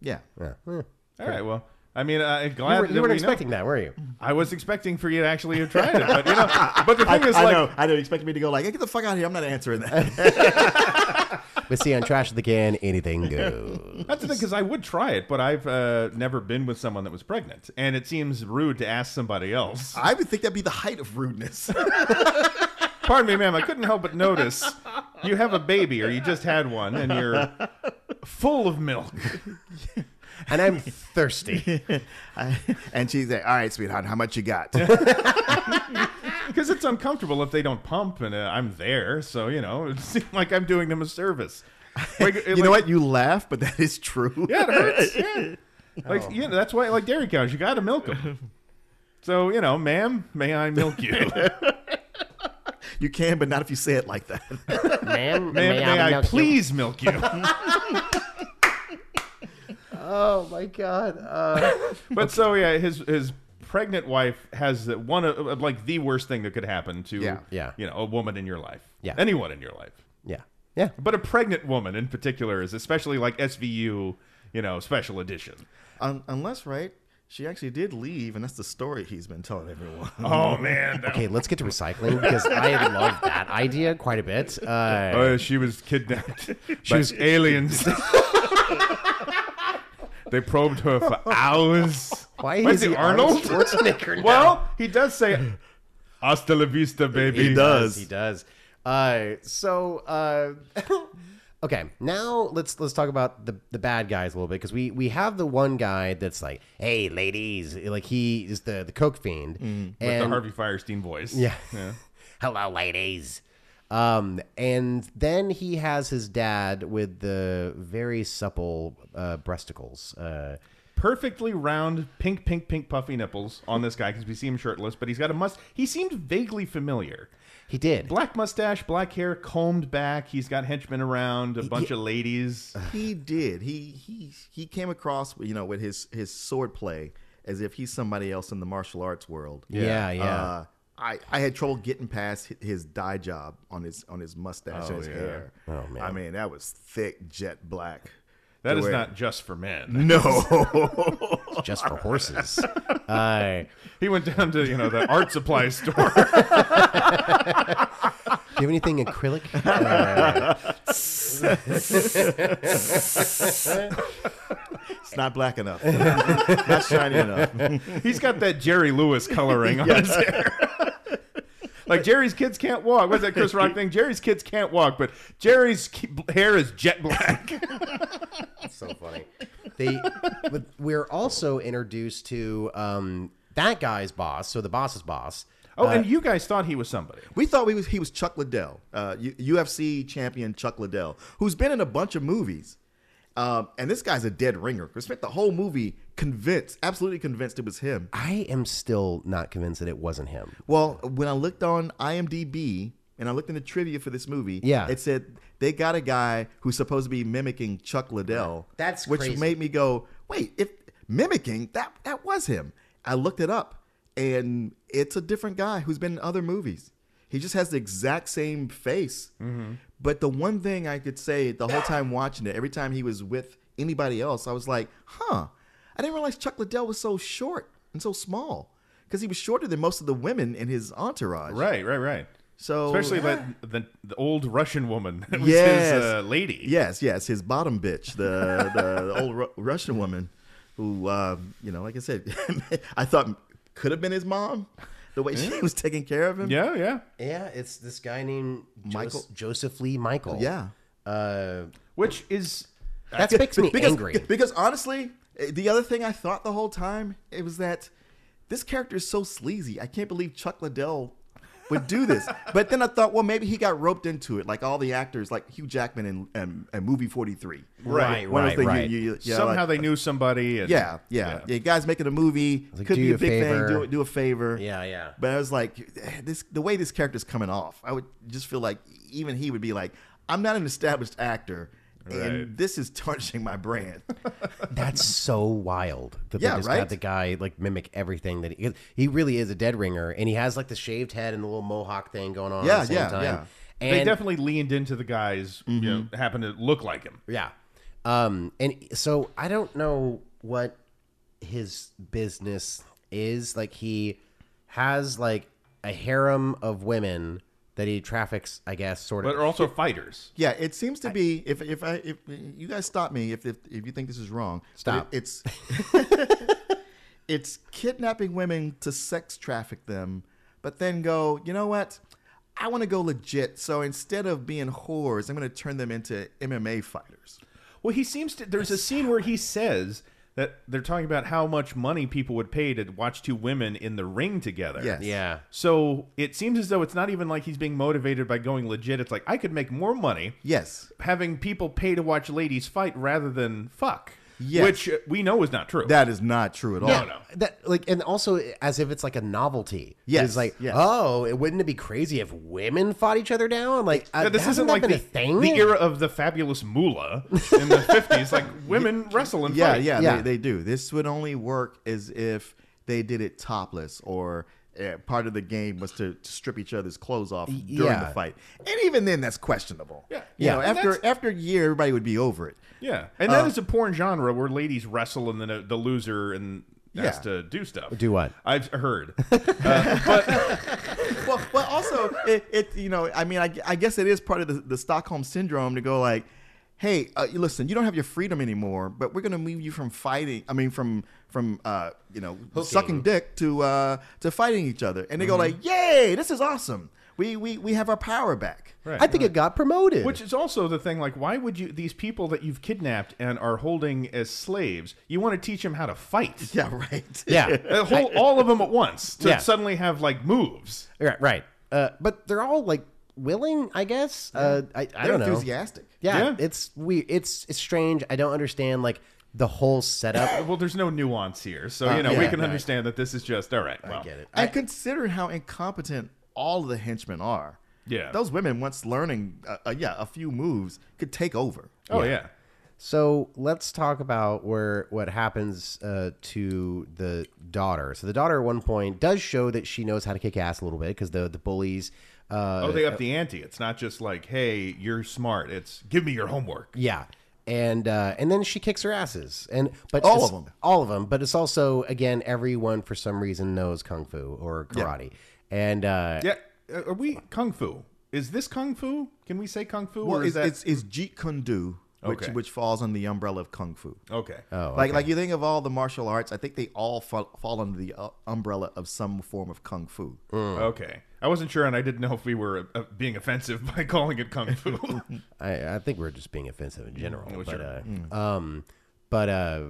Yeah. Yeah. Hmm. all right. Well, I mean, uh, I'm glad You, were, that you weren't we know. expecting that, were you? I was expecting for you to actually have tried it, but you know. But the thing is, like, I know. You expected me to go like, hey, get the fuck out of here. I'm not answering that. But see, on Trash of the Can, anything goes. That's the thing, because I would try it, but I've uh, never been with someone that was pregnant, and it seems rude to ask somebody else. I would think that'd be the height of rudeness. Pardon me, ma'am, I couldn't help but notice you have a baby, or you just had one, and you're full of milk. and I'm thirsty. I- and she's like, all right, sweetheart, how much you got? Because it's uncomfortable if they don't pump, and uh, I'm there, so you know it seems like I'm doing them a service. Like, it- you know like- what? You laugh, but that is true. Yeah, it hurts. Yeah. Like you know, that's why I like dairy cows. You got to milk them. So you know, ma'am, may I milk you? You can, but not if you say it like that. Ma'am, Ma'am, may I milk you? please milk you? Oh my god. Uh, But so yeah, his his pregnant wife has the- one of like the worst thing that could happen to Yeah. Yeah. you know a woman in your life, Yeah. anyone in your life, yeah. Yeah. but a pregnant woman in particular is especially like SVU, you know, special edition. Un unless, right? She actually did leave, and that's the story he's been telling everyone. Oh man, that- Okay, let's get to recycling because I love that idea quite a bit. Uh, Uh, she was kidnapped. she was- was aliens. they probed her for hours. why Wait, is the he Arnold? Schwarzenegger? now? Well, he does say, "Hasta la vista, baby." He does. He does. Uh, so uh, okay, now let's let's talk about the the bad guys a little bit because we we have the one guy that's like, hey, ladies, like he is the the coke fiend With the and Harvey Firestein voice. yeah, hello, ladies. Um, and then he has his dad with the very supple uh, breasticles. Uh, perfectly round, pink, pink, pink, puffy nipples on this guy because we see him shirtless, but he's got a must. He seemed vaguely familiar. he did. Black mustache, black hair, combed back. He's got henchmen around, a bunch of ladies. he did. He he he came across, you know, with his his sword play as if he's somebody else in the martial arts world. Yeah, yeah. Uh, I, I had trouble getting past hi- his dye job on his on his mustache and his yeah. hair. Oh, man. I mean, that was thick jet black. That To is where- not just for men. No. just for horses. Uh, He went down to you know the art supply store. do you have anything acrylic? Uh, it's not black enough. not shiny enough. He's got that Jerry Lewis coloring on his hair. Like Jerry's kids can't walk. What's that Chris Rock thing? Jerry's kids can't walk, but Jerry's ki- hair is jet black. so funny. They, but we're also introduced to um, that guy's boss. So the boss's boss. Oh, and you guys thought he was somebody. We thought we was, he was Chuck Liddell, uh, U- UFC champion Chuck Liddell, who's been in a bunch of movies. Um, and this guy's a dead ringer. We spent the whole movie convinced, absolutely convinced it was him. I am still not convinced that it wasn't him. Well, when I looked on IMDb and I looked in the trivia for this movie, Yeah. it said they got a guy who's supposed to be mimicking Chuck Liddell. That's which crazy. made me go, wait, if mimicking that that was him. I looked it up, and it's a different guy who's been in other movies. He just has the exact same face. Mm-hmm. But the one thing I could say the whole time watching it, every time he was with anybody else, I was like, huh, I didn't realize Chuck Liddell was so short and so small because he was shorter than most of the women in his entourage. Right, right, right. So Especially that the, the old Russian woman that was Yes. his uh, lady. Yes, yes, his bottom bitch, the the old Ru- Russian woman, who uh, you know, like I said, I thought could have been his mom, the way she was taking care of him. Yeah, yeah. Yeah, it's this guy named Michael- Jos- Joseph Lee Michael. Yeah. uh, Which is that makes me because, angry. Because honestly, eh, the other thing I thought the whole time it was that this character is so sleazy. I can't believe Chuck Liddell would do this. But then I thought, well, maybe he got roped into it, like all the actors, like Hugh Jackman in, um, in movie 43. Right, One of right, those things right. you- you- yeah, Somehow like- uh, they knew somebody. and- yeah, yeah, yeah, Guys making a movie like, could do be you a a big favor. thing. Do do a favor. Yeah, yeah. But I was like, this the way this character's coming off, I would just feel like even he would be like, I'm not an established actor, Right. and this is tarnishing my brand. That's so wild that Yeah, they just right? had the guy like mimic everything that he, he really is a dead ringer, and he has like the shaved head and the little mohawk thing going on. Yeah, at the same yeah, time. yeah. They And definitely leaned into the guys Mm-hmm. you know, happened to look like him. Yeah. Um, and so I don't know what his business is. Like he has like a harem of women that he traffics, I guess, sort But of. are also fighters. yeah, it seems to be if if I if you guys stop me if if, if you think this is wrong, but Stop. it- it's it's kidnapping women to sex traffic them, but then go, you know what? I want to go legit. So instead of being whores, I'm going to turn them into MMA fighters. Well, he seems to. There's a scene where he says that they're talking about how much money people would pay to watch two women in the ring together. Yes. yeah. So it seems as though it's not even like he's being motivated by going legit. It's like I could make more money Yes. having people pay to watch ladies fight rather than fuck. Yes. Which uh, we know is not true. That is not true at all. Yeah. Oh, no. That like and also as if it's like a novelty. Yes, It's like, yes. oh, it wouldn't it be crazy if women fought each other down? Like uh, Yeah, this isn't hasn't that like been the, a thing. the era of the fabulous moolah in the 50s. Like women wrestle and Yeah, fight. yeah, Yeah. They, they do. This would only work as if they did it topless or uh, part of the game was to, to strip each other's clothes off during yeah. the fight. And even then, that's questionable. Yeah. You Yeah. know, And after, that's- after a year, everybody would be over it. Yeah, and Uh, that is a porn genre where ladies wrestle and then uh, the loser and has Yeah. to do stuff. Do what? I've heard. well, but also it, it you know I mean I, I guess it is part of the, the Stockholm syndrome to go like, hey, uh, listen, you don't have your freedom anymore, but we're gonna move you from fighting. I mean from from uh, you know sucking dick to uh, to fighting each other, and they Mm-hmm. go like, yay, this is awesome. We we we have our power back. Right. I think it got promoted. Which is also the thing. Like, why would you? These people that you've kidnapped and are holding as slaves, you want to teach them how to fight. Yeah. Right. yeah. Uh, whole, all of them at once to Yeah. suddenly have like moves. Right, right. Uh, but they're all like willing, I guess. Uh, I, I They're don't know. enthusiastic. Yeah, Yeah. it's we. It's it's strange. I don't understand like the whole setup. Well, there's no nuance here, so you know we yeah, can right. understand that this is just all right. Well, get it. And considering how incompetent all of the henchmen are, Yeah. those women once learning, uh, uh, yeah, a few moves could take over. Oh yeah. So let's talk about where what happens uh, to the daughter. So the daughter at one point does show that she knows how to kick ass a little bit because the the bullies. Uh, Oh, they up the ante. It's not just like, hey, you're smart. It's give me your homework. Yeah. And uh, and then she kicks her asses, and but All it's- of 'em. all of them. But it's also again everyone for some reason knows kung fu or karate, and uh, Yeah. Uh, Are we kung fu? Is this kung fu? Can we say kung fu? Well, or is it's, that it's, it's Jeet Kune Do, which, Okay. Oh, which falls under the umbrella of Kung Fu. okay? like, like you think of all the martial arts, I think they all fall, fall under the uh, umbrella of some form of Kung Fu. Mm, Okay. I wasn't sure, and I didn't know if we were uh, being offensive by calling it kung fu. I, I think we're just being offensive in general. Oh, but sure. uh, um, but uh,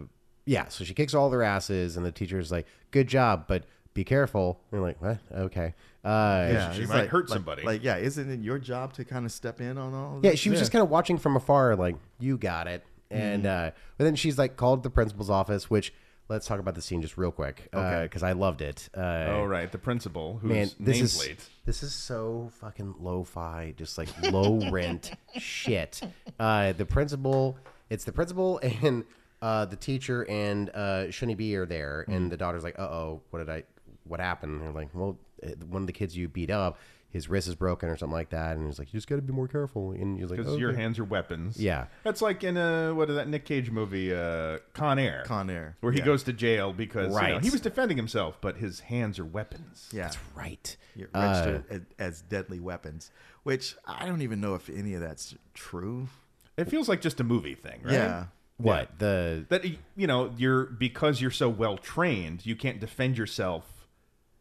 yeah. So she kicks all their asses, and the teacher's like, "Good job, but be careful." And they're like, "What? Okay." Uh, yeah. she it's might like- hurt like- somebody. Like, yeah, isn't it your job to kind of step in on all of she was just kind of watching from afar, like, "You got it." And uh, but then she's like called the principal's office, which let's talk about the scene just real quick, okay? Because I loved it. Uh, oh, right. The principal, who's man, this is nameplate. this is so fucking lo-fi, just like low rent shit. Uh, the principal, it's the principal and uh, the teacher and uh, Shuni B are there, Mm. and the daughter's like, "Uh oh, what did I? What happened?" And they're like, "Well, uh, one of the kids you beat up, his wrist is broken or something like that," and he's like, "You just got to be more careful." And he's like, Because "Okay." your hands are weapons. Yeah. That's like in uh what is that Nick Cage movie, uh, Con Air. Con Air, Where he yeah. goes to jail because you know, Right. he was defending himself, but his hands are weapons. Yeah. That's right." You're Uh, registered as, as deadly weapons, which I don't even know if any of that's true. It feels like just a movie thing, right? Yeah. what the That you know, you're because you're so well trained, you can't defend yourself,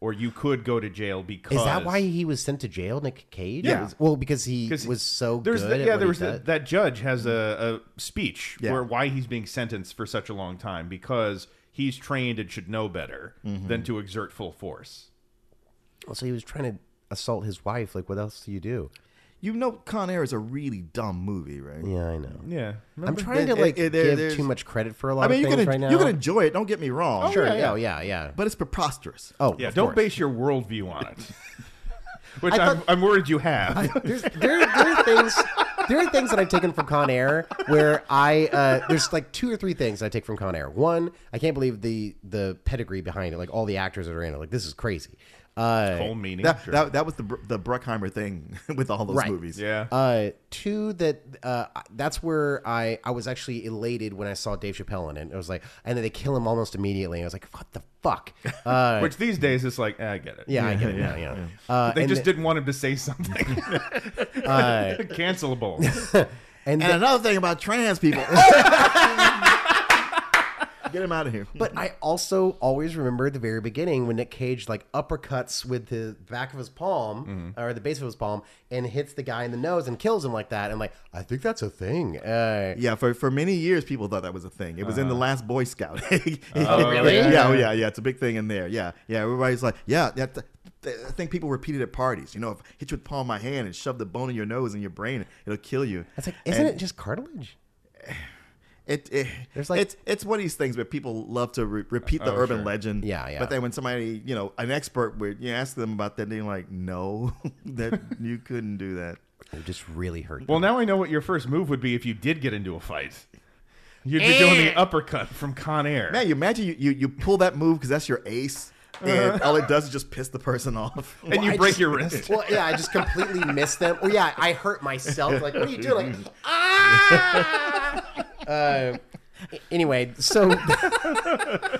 or you could go to jail because is that why he was sent to jail, Nick Cage? Yeah. Well, because he 'Cause was so good. there's the- at yeah, what there he was the- did. that judge has a, a speech Yeah. where why he's being sentenced for such a long time because he's Mm-hmm. trained and should know better than to exert full force. Well, so he was trying to. assault his wife. Like, what else do you do? You know, Con Air is a really dumb movie, right? Yeah, I know. Yeah. I'm Remember? trying It- to like it- there- give there's- too much credit for a lot I mean, of you things can en- right now. you can enjoy it. Don't get me wrong. sure, yeah, yeah, Oh, yeah. yeah, yeah, but it's preposterous. oh, Yeah, of don't course. base your worldview on it. Which I I'm, thought- I'm worried you have. There's, there, there are things. There are things that I've taken from Con Air where I uh, there's like two or three things I take from Con Air. One, I can't believe the the pedigree behind it, like all the actors that are in it. Like this is crazy. Uh, Whole meaning. That, sure. that, that was the Br- the Bruckheimer thing with all those Right. movies. yeah. Uh, two that uh, that's where I I was actually elated when I saw Dave Chappelle in it. It was like, and then they kill him almost immediately. I was like, what the fuck? Uh, Which these days it's like, ah, I get it. yeah, I get it now. Yeah, Uh, They and just the- Uh, didn't want him to say something. Cancelable. and And the- another thing about trans people. Get him out of here. But I also always remember at the very beginning when Nick Cage like uppercuts with the back of his palm or the base of his palm and hits the guy in the nose and kills him like that. And like, I think that's a thing. Uh, Yeah, for, for many years, people thought that was a thing. It was Uh-huh. in the last Boy Scout. Oh, really? Yeah, oh, yeah, yeah. It's a big thing in there. Yeah, yeah. Everybody's like, yeah. That, th- I think people repeat it at parties. You know, if I hit you with the palm of my hand and shove the bone in your nose and your brain, it'll kill you. it's like, isn't And it just cartilage? It, it, There's like- it's it's one of these things where people love to re- repeat the urban sure. legend. Yeah, yeah. But then when somebody, you know, an expert would you ask them about that, they're like, no, that you couldn't do that. It just really hurt. Well, now I know what your first move would be if you did get into a fight. You'd be doing Eh. the uppercut from Con Air. Man, you imagine you, you, you pull that move because that's your ace, and all it does is just piss the person off. and you I break just- your wrist. Well, yeah, I just completely missed them. Well, yeah, I hurt myself. Like, what are you doing? Like, ah! Uh, a- anyway, so the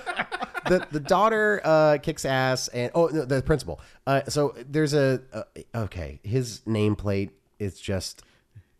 the daughter uh, kicks ass, and oh, no, the principal. Uh, so there's a uh, okay. His nameplate is just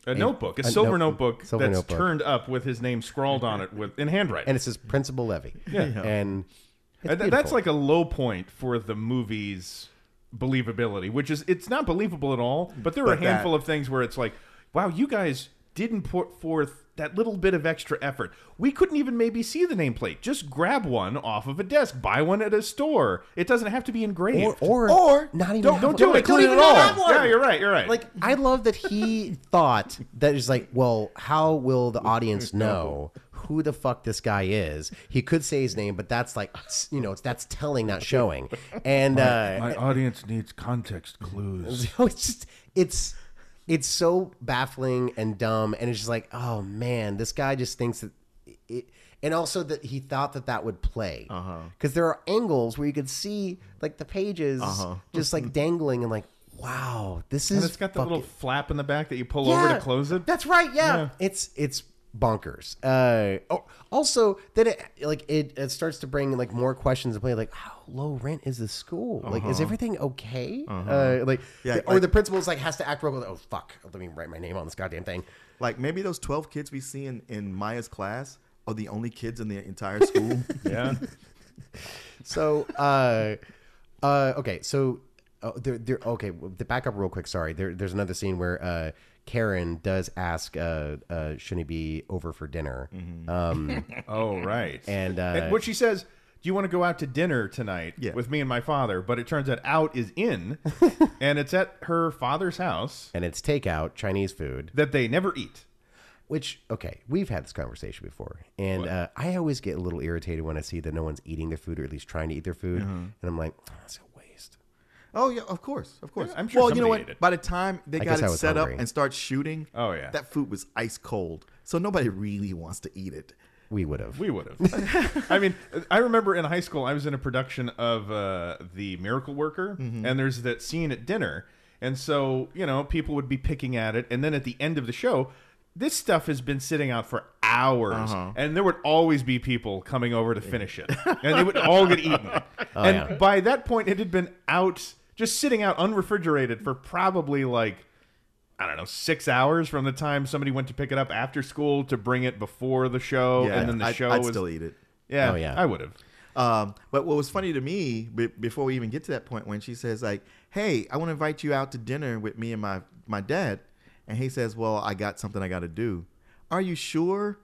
a notebook, a, a silver note- notebook silver that's notebook. turned up with his name scrawled on it with in handwriting. and it says Principal Levy. Yeah, and it's And th- that's beautiful. like a low point for the movie's believability, which is it's not believable at all. But there are But a that- handful of things where it's like, wow, you guys didn't put forth that little bit of extra effort. We couldn't even maybe see the nameplate. Just grab one off of a desk, buy one at a store. It doesn't have to be engraved. or, or or not even don't don't have one. do it. Don't Don't even even at have all. one. Yeah, you're right. You're right. Like I love that he thought that is like, well, how will the audience know who the fuck this guy is? He could say his name, but that's like, you know, that's telling, not showing. And uh, audience needs context clues. so it's just it's it's so baffling and dumb, and it's just like, oh man, this guy just thinks that. It, and also that he thought that that would play because Uh-huh. there are angles where you could see like the pages just like dangling and like wow this is Uh-huh. And it's got the little fucking- flap in the back that you pull over to close it. that's right. Yeah. It's it's bonkers. Uh, oh, also, then it like it, it starts to bring like more questions to play. Like, how low rent is the school? Like, is everything okay? uh like, Yeah, or like- the principal's like has to act real. quick, Oh fuck! Let me write my name on this goddamn thing. Like maybe those twelve kids we see in, in Maya's class are the only kids in the entire school. Yeah. So, uh, uh, okay, so oh, there, there. Okay, w- to back up real quick. Sorry, there, there's another scene where uh, Karen does ask, uh, uh, "Shouldn't he be over for dinner?" Um, Oh, right. And, uh, what she says, do you want to go out to dinner tonight Yeah. with me and my father? But it turns out out is in, and it's at her father's house and it's takeout Chinese food. that they never eat. Which okay, we've had this conversation before, and uh, I always get a little irritated when I see that no one's eating their food or at least trying to eat their food, Uh-huh. and I'm like, oh, that's a waste. oh yeah, of course, of course. Yeah, I'm sure well, you know somebody what? ate it. By the time they got guess I it was set hungry. up and start shooting, Oh, yeah. that food was ice cold. So nobody really wants to eat it. We would have. We would have. I mean, I remember in high school, I was in a production of uh, The Miracle Worker, and there's that scene at dinner. And so, you know, people would be picking at it. And then at the end of the show, this stuff has been sitting out for hours, and there would always be people coming over to finish it, and they would all get eaten. and yeah. by that point, it had been out, just sitting out unrefrigerated for probably like I don't know, six hours from the time somebody went to pick it up after school to bring it before the show, and then the I'd, show I'd was still eat it. yeah, Oh, yeah. I would have. Um, but what was funny to me be before we even get to that point when she says like, "Hey, I want to invite you out to dinner with me and my my dad," and he says, "Well, I got something I got to do." Are you sure?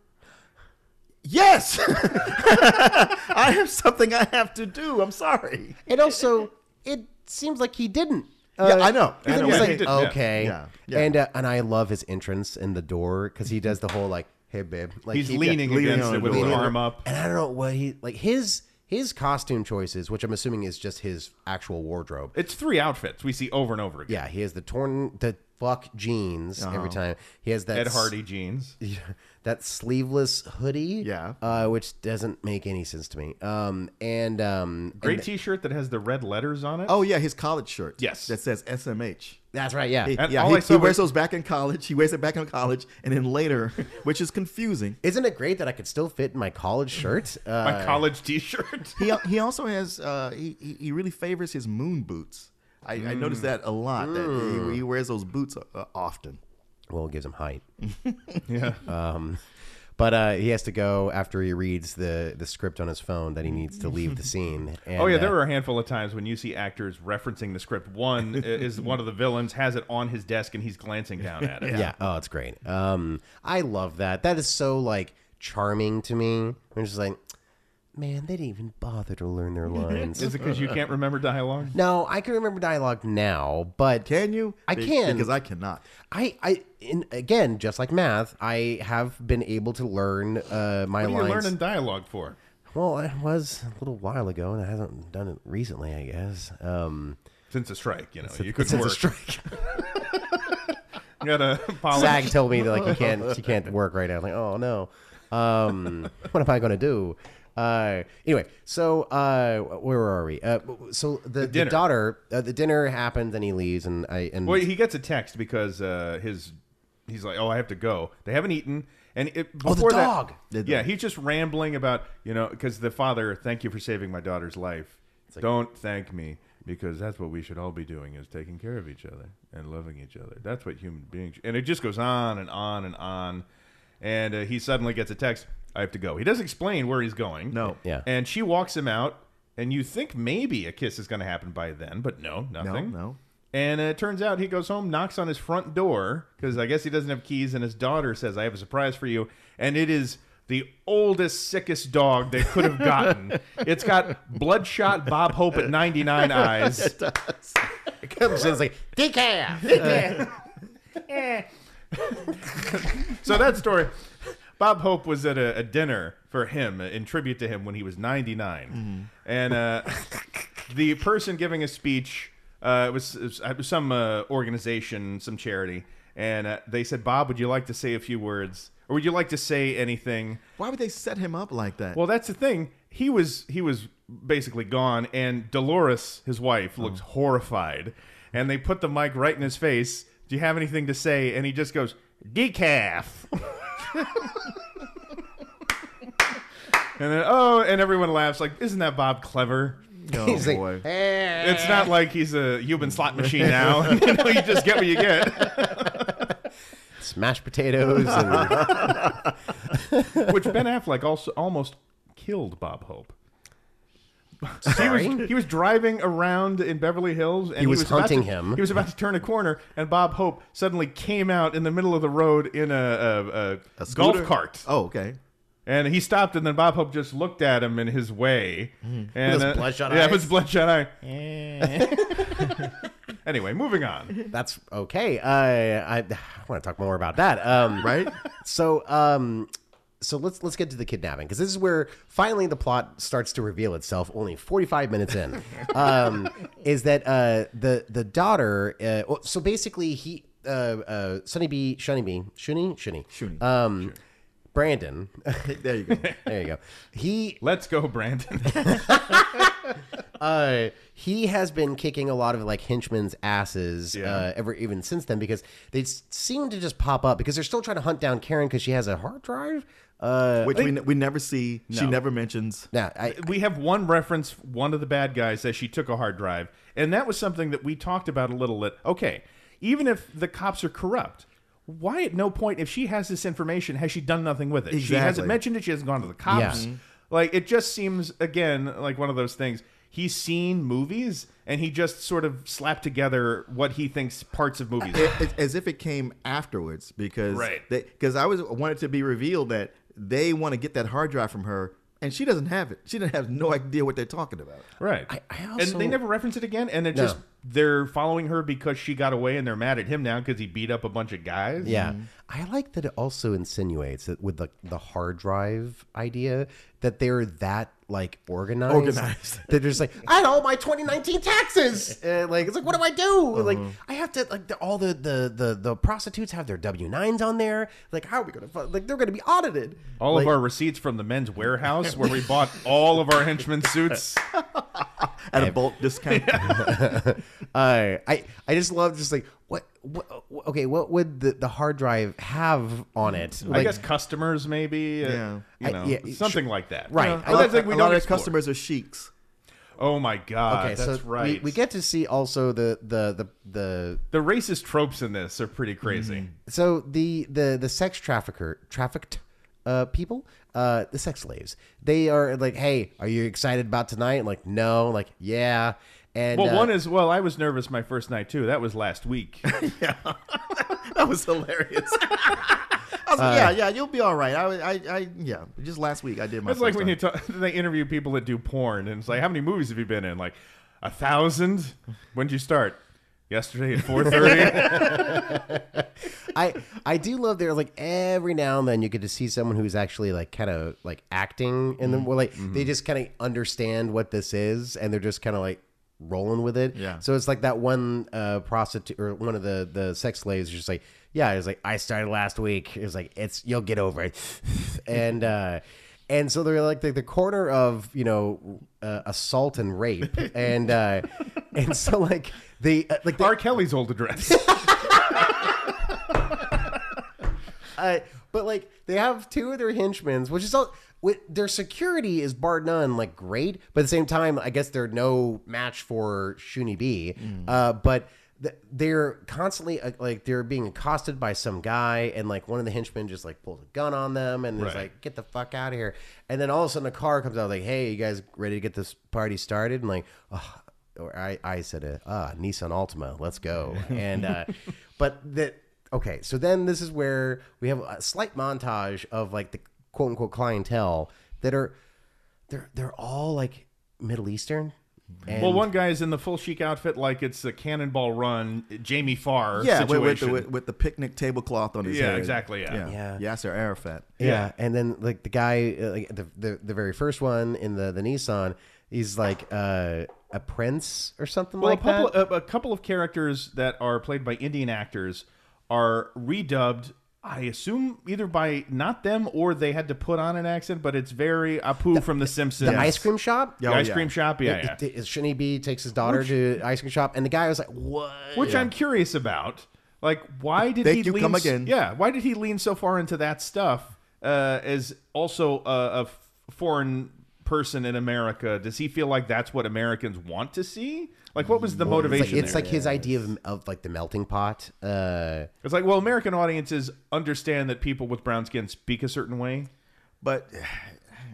Yes, I have something I have to do. I'm sorry. And also, it seems like he didn't. Uh, yeah, I know. I know. It's Yeah, like, he did. okay. Yeah, yeah. And uh, and I love his entrance in the door because he does the whole like, hey babe, like He's he- leaning leaning against on it the with his door. arm up. and I don't know what he like his his costume choices, which I'm assuming is just his actual wardrobe. It's three outfits we see over and over again. yeah, he has the torn the fuck jeans every time. He has that Uh-huh. Ed s- Hardy jeans. that sleeveless hoodie. Yeah. uh, which doesn't make any sense to me. Um, and um, and Great T-shirt that has the red letters on it. Oh yeah, his college shirt. Yes. that says SMH. that's right. Yeah, He- And yeah, all he, I saw he wears was- those back in college. He wears it back in college, and then later, which is confusing. isn't it great that I could still fit in my college shirt? Uh, My college T-shirt. He he also has uh, he he- he really favors his moon boots. I, I Mm. noticed that a lot. That he, he wears those boots uh, often. well, it gives him height. yeah. Um, but uh, he has to go after he reads the, the script on his phone that he needs to leave the scene. And, Oh yeah, there uh, were a handful of times when you see actors referencing the script. One i- is one of the villains has it on his desk and he's glancing down at it. yeah. Oh, it's great. Um, I love that. That is so like charming to me. I'm just like, man, they didn't even bother to learn their lines. Is it because you can't remember dialogue? no, I can remember dialogue now, but Can you? I Be- can. because I cannot. I, I, in, again, just like math, I have been able to learn uh, What my are you lines. learning dialogue for? Well, it was a little while ago, and I haven't done it recently, I guess. Um, Since the strike, you know, you couldn't since the work. strike. You gotta polish. SAG told me that like you can't you can't work right now. I'm like, oh no, um, what am I gonna do? Uh, anyway, so uh, where are we? Uh, so the, the, dinner. daughter, uh, the dinner happens, and he leaves, and I and Well, he gets a text because uh, his he's like, "Oh, I have to go. They haven't eaten." And it, the before that- dog! The yeah, dog. he's just rambling about you know because the father, thank you for saving my daughter's life. Don't thank me because that's what we should all be doing is taking care of each other and loving each other. That's what human beings. And it just goes on and on and on. And uh, he suddenly gets a text. I have to go. He doesn't explain where he's going. No. Yeah. And she walks him out, and you think maybe a kiss is going to happen by then, but no, nothing. no. And uh, it turns out he goes home, knocks on his front door because I guess he doesn't have keys, and his daughter says, "I have a surprise for you," and it is. The oldest, sickest dog they could have gotten. it's got bloodshot Bob Hope at 99 eyes. comes in, it's like decaf. So that story, Bob Hope was at a, a dinner for him in tribute to him when he was 99, and uh, the person giving a speech uh, it was, it was- it was some uh, organization, some charity, and uh, they said, "Bob, would you like to say a few words, or would you like to say anything?" Why would they set him up like that? Well, that's the thing. He was he was basically gone, and Dolores, his wife, looked horrified, and they put the mic right in his face. Do you have anything to say? And he just goes, "Decaf." and then oh, and everyone laughs like, "Isn't that Bob clever?" oh, He's like, boy. "Eh." It's not like he's a human slot machine now. you know, you just get what you get. smashed potatoes. And, Which Ben Affleck also almost killed Bob Hope. sorry. He was, he was driving around in Beverly Hills, and he was about hunting to- him. He was about to turn a corner, and Bob Hope suddenly came out in the middle of the road in a, a, a, A golf scooter? cart, Oh, okay. and he stopped, and then Bob Hope just looked at him in his way, and Hmm. uh, With his bloodshot yeah, eyes. with his bloodshot eye. anyway, moving on. That's okay. I I, I want to talk more about that. Um, Right? So um so let's let's get to the kidnapping because this is where finally the plot starts to reveal itself. Only forty five minutes in, um, is that uh, the the daughter? Uh, well, so basically, he uh, uh, Sunny B, Shunny B, Shuni, Shuni, Shuni. um, Brandon. there you go. there you go. He Let's go, Brandon. uh, he has been kicking a lot of like henchmen's asses Yeah. uh, ever even since then because they s- seem to just pop up because they're still trying to hunt down Karen because she has a hard drive. Uh, Which we, we never see. She No. never mentions. now, I, we have one reference. One of the bad guys says she took a hard drive, and that was something that we talked about a little. That okay, even if the cops are corrupt, why at no point, if she has this information, has she done nothing with it? She Exactly. hasn't mentioned it. She hasn't gone to the cops. Yeah. Like it just seems again like one of those things. He's seen movies, and he just sort of slapped together what he thinks parts of movies. are. It- as if it came afterwards because Right. because I was wanted to be revealed that they want to get that hard drive from her and she doesn't have it. She doesn't have no idea what they're talking about. Right. I and also- they never reference it again, and it No. just they're following her because she got away and they're mad at him now because he beat up a bunch of guys. Yeah. I like that it also insinuates that with the the hard drive idea that they're that like organized. Organized. They're just like, I owe my 2019 taxes. And like it's like what do I do? Like I have to like the, all the, the the the prostitutes have their W9s on there. Like how are we going to like they're going to be audited. All like, of our receipts from the men's warehouse where we bought all of our henchman suits. at a bulk discount. uh, I I just love just like what, what okay, what would the, the hard drive have on it? I Like guess customers maybe. uh, Yeah. You I- know, yeah, something sure. like that. Right. You know, I but a that's like we lot don't of have his customers are sheiks. Oh my god. okay, so that's right. we, we get to see also the the the the the racist tropes in this are pretty crazy. Mm-hmm. so the the the sex trafficker trafficked uh people uh the sex slaves they are like hey are you excited about tonight and like no like yeah and Well, uh, one is well, I was nervous my first night too. That was last week. That was hilarious. Uh, I was like, yeah, yeah, you'll be all right. I, I, I, yeah. Just last week, I did my. That's like first when time. you talk, they interview people that do porn, and it's like, how many movies have you been in? Like, a thousand. When'd you start? Yesterday at four thirty. I I do love there like every now and then you get to see someone who's actually like kind of like acting and then well, like they just kind of understand what this is and they're just kind of like rolling with it. Yeah. So it's like that one uh prostitute or one of the the sex slaves is just like yeah, it was like I started last week. It was like it's you'll get over it. and uh and so they're like the, the corner of you know uh, assault and rape and uh and so like they uh, like they, R. Kelly's old address. I, but like they have two of their henchmen, which is all. With, their security is bar none, like great, but at the same time, I guess they're no match for Shuni B. Uh, but th- they're constantly uh, like they're being accosted by some guy, and like one of the henchmen just like pulls a gun on them, and is Right. like, "Get the fuck out of here!" And then all of a sudden, a car comes out, like, "Hey, you guys ready to get this party started?" And like, "Ugh, or I, I said it, ah, Nissan Altima, let's go. And, uh, but that, okay, so then this is where we have a slight montage of like the quote unquote clientele that are, they're, they're all like Middle Eastern. And Mm-hmm. well, one guy's in the full chic outfit, like it's a Cannonball Run, Jamie Farr yeah, with, situation. with, the, with, with the picnic tablecloth on his Yeah, head. exactly, yeah. yeah, Yeah. Yasser Arafat. yeah. And then like the guy, uh, like the, the, the very first one in the, the Nissan, he's like, uh, a prince or something well, like a, couple, that. a, a couple of characters that are played by Indian actors are redubbed. I assume either by not them or they had to put on an accent, but it's very Apu from The Simpsons. the ice cream shop. The Oh, ice yeah. cream shop, yeah, yeah. It- it- Shinny B takes his daughter to ice cream shop, and the guy was like, "What?" which I'm curious about. Like, why did Thank he you, lean come s- again. Yeah, why did he lean so far into that stuff? Uh, as also a, a f- foreign person in America, does he feel like that's what Americans want to see? Like, what was the It's like, motivation? it's there? like his idea of, of like the melting pot. Uh, it's like, well, American audiences understand that people with brown skin speak a certain way. But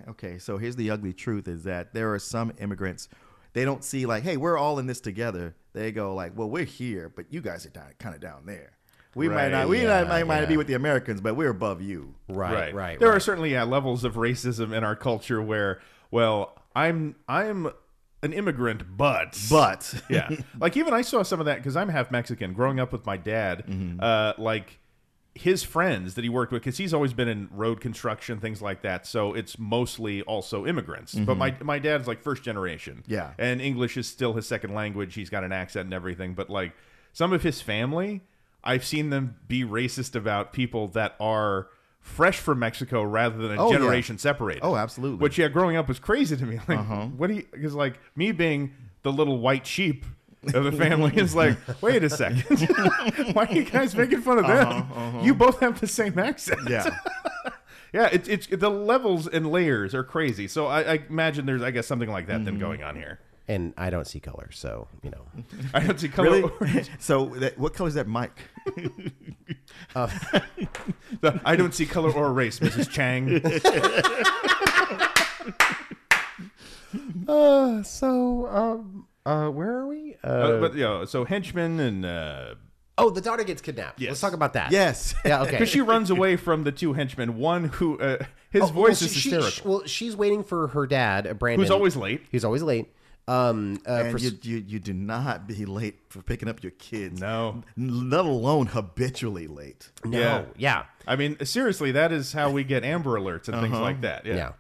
okay, so here's the ugly truth: is that there are some immigrants, they don't see like, hey, we're all in this together. They go like, well, we're here, but you guys are down, kind of down there. We Right, might not, we yeah, not, might, might yeah. be with the Americans, but we're above you. right, right, right. There are certainly yeah, levels of racism in our culture where, well, I'm I'm an immigrant, but But yeah like even i saw some of that because i'm half mexican growing up with my dad Mm-hmm. uh, like his friends that he worked with because he's always been in road construction things like that so it's mostly also immigrants but my, my dad's like first generation Mm-hmm. Yeah. and english is still his second language he's got an accent and everything but like some of his family i've seen them be racist about people that are fresh from mexico rather than a Oh, yeah. generation separated Oh, absolutely. which yeah, growing up was crazy to me. Like, Uh-huh. what do you? Because like me being the little white sheep of the family is like, wait a second, why are you guys making fun of them? Uh-huh, You both have the same accent. yeah, yeah. It's it's the levels and layers are crazy. So I, I imagine there's I guess something like that Mm-hmm. then going on here. and I don't see color, so you know. I don't see color. really. so that, what color is that mic? the- I don't see color or race, Mrs. Chang. Uh, so um, uh, where are we? Uh, Uh, but yeah, so henchmen and uh, oh, the daughter gets kidnapped. Let's talk about that. yes. yeah, okay. because she runs away from the two henchmen. One who uh, his Oh, voice well, is she- she- hysterical. she- well, she's waiting for her dad, uh, Brandon, who's always late. He's always late. Um, uh, for and you, you, you do not be late for picking up your kids. No. N- Let alone habitually late. No, Yeah. yeah. I mean, seriously, that is how we get Amber Alerts and Uh-huh. things like that. Yeah. Yeah.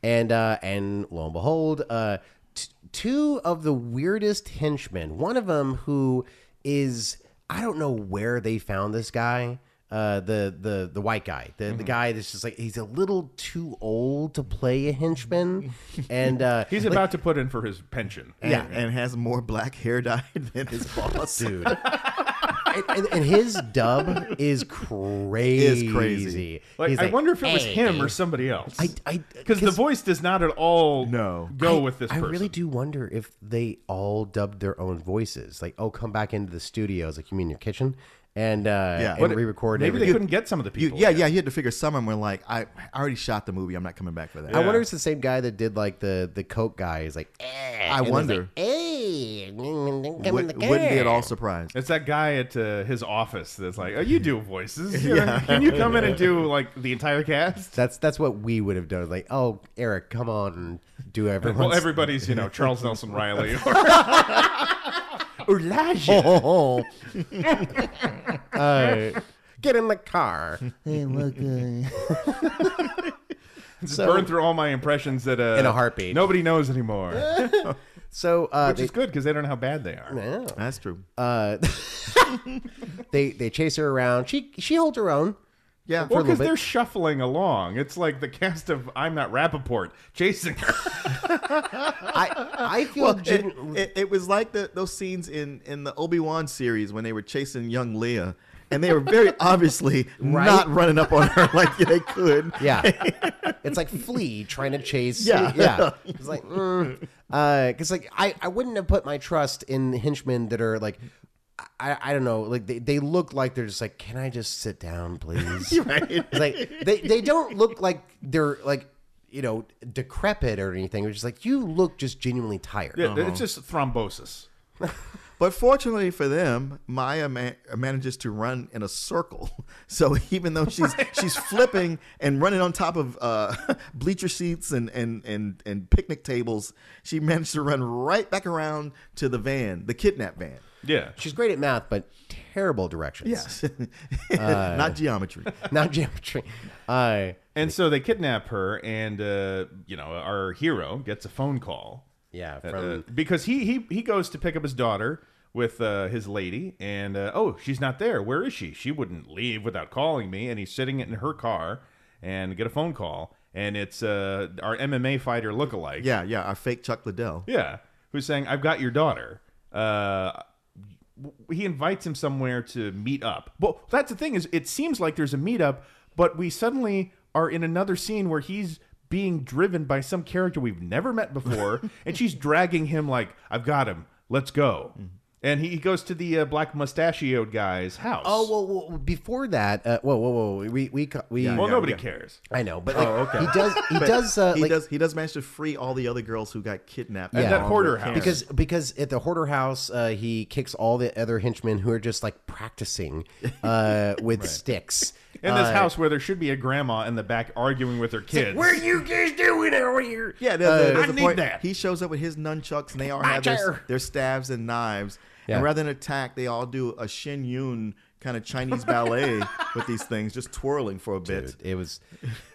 And uh, and lo and behold, uh, t- two of the weirdest henchmen. One of them who is I don't know where they found this guy. Uh, the the the white guy, the Mm-hmm. the guy that's just like he's a little too old to play a henchman, and uh, He's about to put in for his pension. Yeah. And, has more black hair dye than his boss. dude. and, and, and his dub is crazy. Like, He's I like, wonder if it was "Hey." him or somebody else. I, I, Because the voice does not at all No. go I- with this I person. really do wonder if they all dubbed their own voices. Like, oh, come back into the studios, like you mean your kitchen, and uh, Yeah. and What- re-record Maybe they everything. couldn't get some of the You, people. yeah, yeah, you had to figure some of them were like, I, I already shot the movie. I'm not coming back for that. I wonder if it's the same guy that did like the the Coke guy. He's like, eh, and he's wonder. Like, hey, come in Would, the not be at all car." surprised. It's that guy at uh, his office that's like, "Oh, you do voices. yeah. Can you come in and do like the entire cast?" That's that's what we would have done. Like, oh, Eric, come on and do everyone. Well, everybody's you know Charles Nelson Riley or Elijah. Oh, Uh, get in the car. Hey, look, uh, Just burn through all my impressions that uh, In a heartbeat. Nobody knows anymore, so uh, which is good because they don't know how bad they are. they- That's true. uh, they they chase her around. She she holds her own. yeah. Well, a little because bit. they're shuffling along. It's like the cast of I'm Not Rappaport chasing her. I I feel well, it, genu- it, it was like the, those scenes in, in the Obi Wan series when they were chasing young Leia, and they were very obviously not running up on her like they could. yeah. It's like flea trying to chase. Yeah. yeah. It's like mm, uh, cause like I I wouldn't have put my trust in henchmen that are like. I, I don't know like they, they look like they're just like can I just sit down please Right. It's like they, they don't look like they're like you know decrepit or anything it's just like you look just genuinely tired Yeah, It's just thrombosis. But fortunately for them, Maya ma- manages to run in a circle. So even though she's she's flipping and running on top of uh, bleacher seats and, and and and picnic tables, she managed to run right back around to the van, the kidnap van. Yeah, she's great at math but terrible directions Yes, not geometry. not geometry. Uh, and so they kidnap her, and uh, you know our hero gets a phone call. yeah, Uh, from because he he he goes to pick up his daughter with uh, his lady, and uh, oh, she's not there. Where is she? She wouldn't leave without calling me. And he's sitting in her car, and get a phone call, and it's uh, our MMA fighter lookalike, Yeah, yeah, our fake Chuck Liddell. yeah, who's saying, "I've got your daughter." Uh, he invites him somewhere to meet up. Well, that's the thing is, it seems like there's a meetup, but we suddenly are in another scene where he's being driven by some character we've never met before, and she's dragging him like, "I've got him. Let's go." Mm-hmm. And he, he goes to the uh, black mustachioed guy's house. Oh, whoa, whoa, whoa, before that, uh, whoa, whoa, whoa, we we ca- we. well, yeah, nobody yeah. cares. I know, but like, he does, he does, uh, He like, does. He does manage to free all the other girls who got kidnapped. Yeah. At that along hoarder with him. house. because because at the hoarder house, uh, he kicks all the other henchmen who are just like practicing uh, with sticks. In Uh, this house where there should be a grandma in the back arguing with her kids. What are you guys doing over here? Yeah, there- there- I there's a need point. that. He shows up with his nunchucks, and they all have their, chair. their staves and knives. Yeah. And rather than attack, they all do a Shin Yun kind of Chinese ballet with these things, just twirling for a bit. Dude, it was,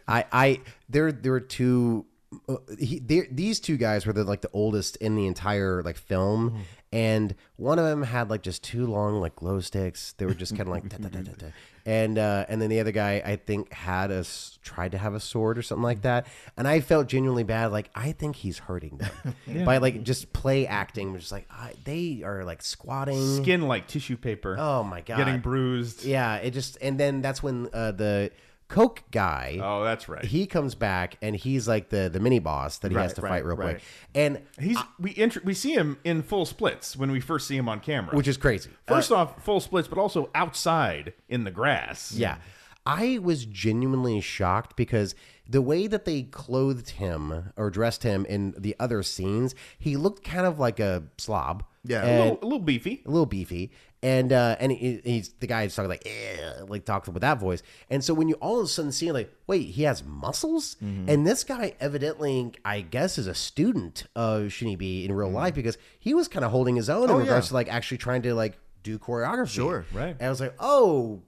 I, I, there, there were two. uh, He, there- these two guys were the, like the oldest in the entire like film, and one of them had like just two long like glow sticks. They were just kind of like, da, da, da, da, da. and uh, and then the other guy I think had a s- tried to have a sword or something like that, and I felt genuinely bad. Like I think he's hurting them by like just play acting, which is like I, they are like squatting. Skin like tissue paper. Oh my god, Getting bruised. yeah, it just and then that's when uh, the Coke guy. Oh, that's right. He comes back and he's like the the mini boss that he has to fight real right. quick, and He's we intro we see him in full splits when we first see him on camera. which is uh, crazy. Uh, first off full splits, but also outside in the grass. Yeah, I was genuinely shocked because the way that they clothed him or dressed him in the other scenes, he looked kind of like a slob. Yeah. a, And- little, a little beefy. a little beefy, and uh, and he, he's the guy who's talking like "Eh," like talking with that voice, and so when you all of a sudden see like, wait, he has muscles, and this guy evidently, I guess, is a student of Shinibi in real life because he was kind of holding his own in regards to like actually trying to like do choreography. Sure, right. And I was like, oh,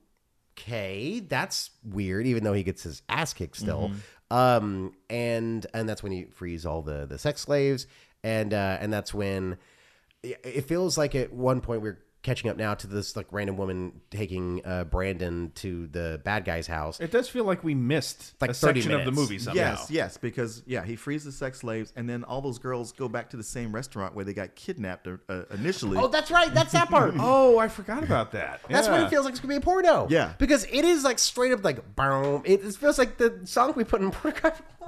okay, that's weird. Even though he gets his ass kicked still, um, and and that's when he frees all the the sex slaves, and uh, and that's when it it feels like at one point we're catching up now to this like random woman taking uh, Brandon to the bad guy's house. It does feel like we missed Like a 30 section of the minutes. movie somehow. Yes, yes, because yeah, he frees the sex slaves, and then all those girls go back to the same restaurant where they got kidnapped uh, uh, initially. Oh, that's right. That's that part. Oh, I forgot about that. That's what it feels like it's gonna be a porno. Yeah. because it is like straight up like boom. It, it feels like the song we put in porno.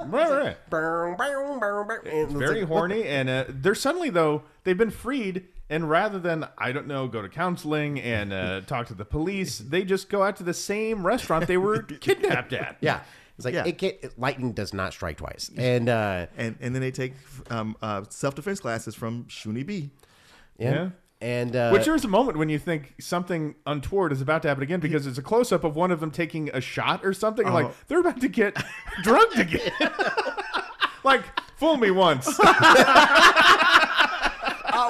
Right, right. Boom, boom, boom, boom. It's Very horny, and uh, they're suddenly though they've been freed, and rather than I don't know go to counseling and uh, talk to the police, they just go out to the same restaurant they were kidnapped at. Yeah. It's like Yeah. it can't, lightning does not strike twice. And uh and and then they take um, uh, self defense classes from Shuni B. yeah. Yeah. And uh Which there's a moment when you think something untoward is about to happen again because it's a close up of one of them taking a shot or something. and Like they're about to get drugged again. like fool me once. uh,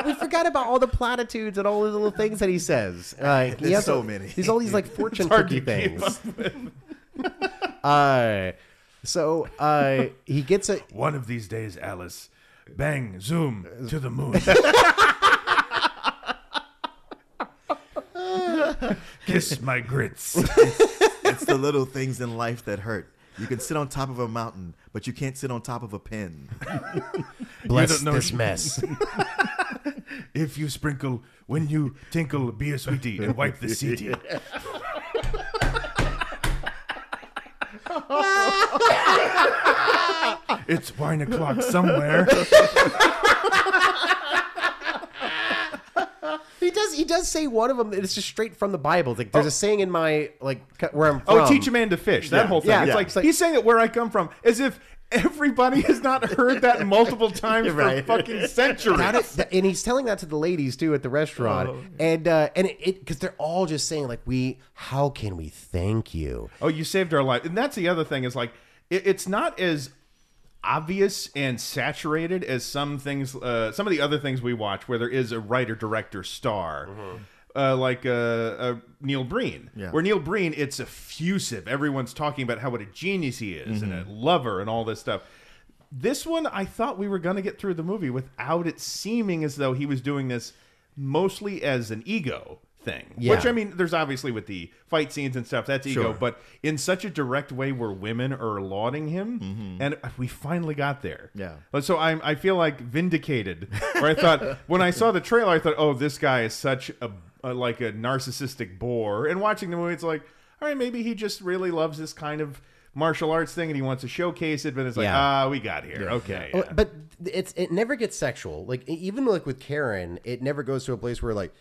we forgot about all the platitudes and all the little things that he says. Uh, he There's has so many. He's all these like fortune hard cookie to keep things. uh so uh he gets a one of these days, Alice. Bang, zoom to the moon. Kiss my grits. It's the little things in life that hurt. You can sit on top of a mountain, but you can't sit on top of a pen. bless don't know- this mess. If you sprinkle, when you tinkle, be a sweetie and wipe the seedy. it's wine o'clock somewhere. he does he does say one of them that it's just straight from the Bible. It's Like there's a saying in my like cu- where I'm from. Oh, teach a man to fish. That Yeah. whole thing. Yeah. It's, Yeah. like, It's like- he's saying it where I come from, as if everybody has not heard that multiple times Right. for fucking centuries. How did- th- and he's telling that to the ladies too at the restaurant, Oh. and uh, and it because they're all just saying like, "We, how can we thank you?" Oh, you saved our life. And that's the other thing is like it, it's not as obvious and saturated as some things uh, some of the other things we watch where there is a writer director star. Uh, like uh, uh, Neil Breen, Yeah. where Neil Breen, it's effusive. Everyone's talking about how what a genius he is and a lover and all this stuff. This one, I thought we were going to get through the movie without it seeming as though he was doing this mostly as an ego thing. Which Yeah. I mean, there's obviously with the fight scenes and stuff that's ego, Sure. but in such a direct way where women are lauding him, and we finally got there. Yeah. But so I I feel like vindicated. Where I thought when I saw the trailer, I thought, oh, this guy is such a, a like a narcissistic bore. And watching the movie, it's like, all right, maybe he just really loves this kind of martial arts thing and he wants to showcase it. But it's like, Yeah. ah, we got here. Okay. Oh, yeah. But it's it never gets sexual. Like e- even like with Karen, it never goes to a place where like,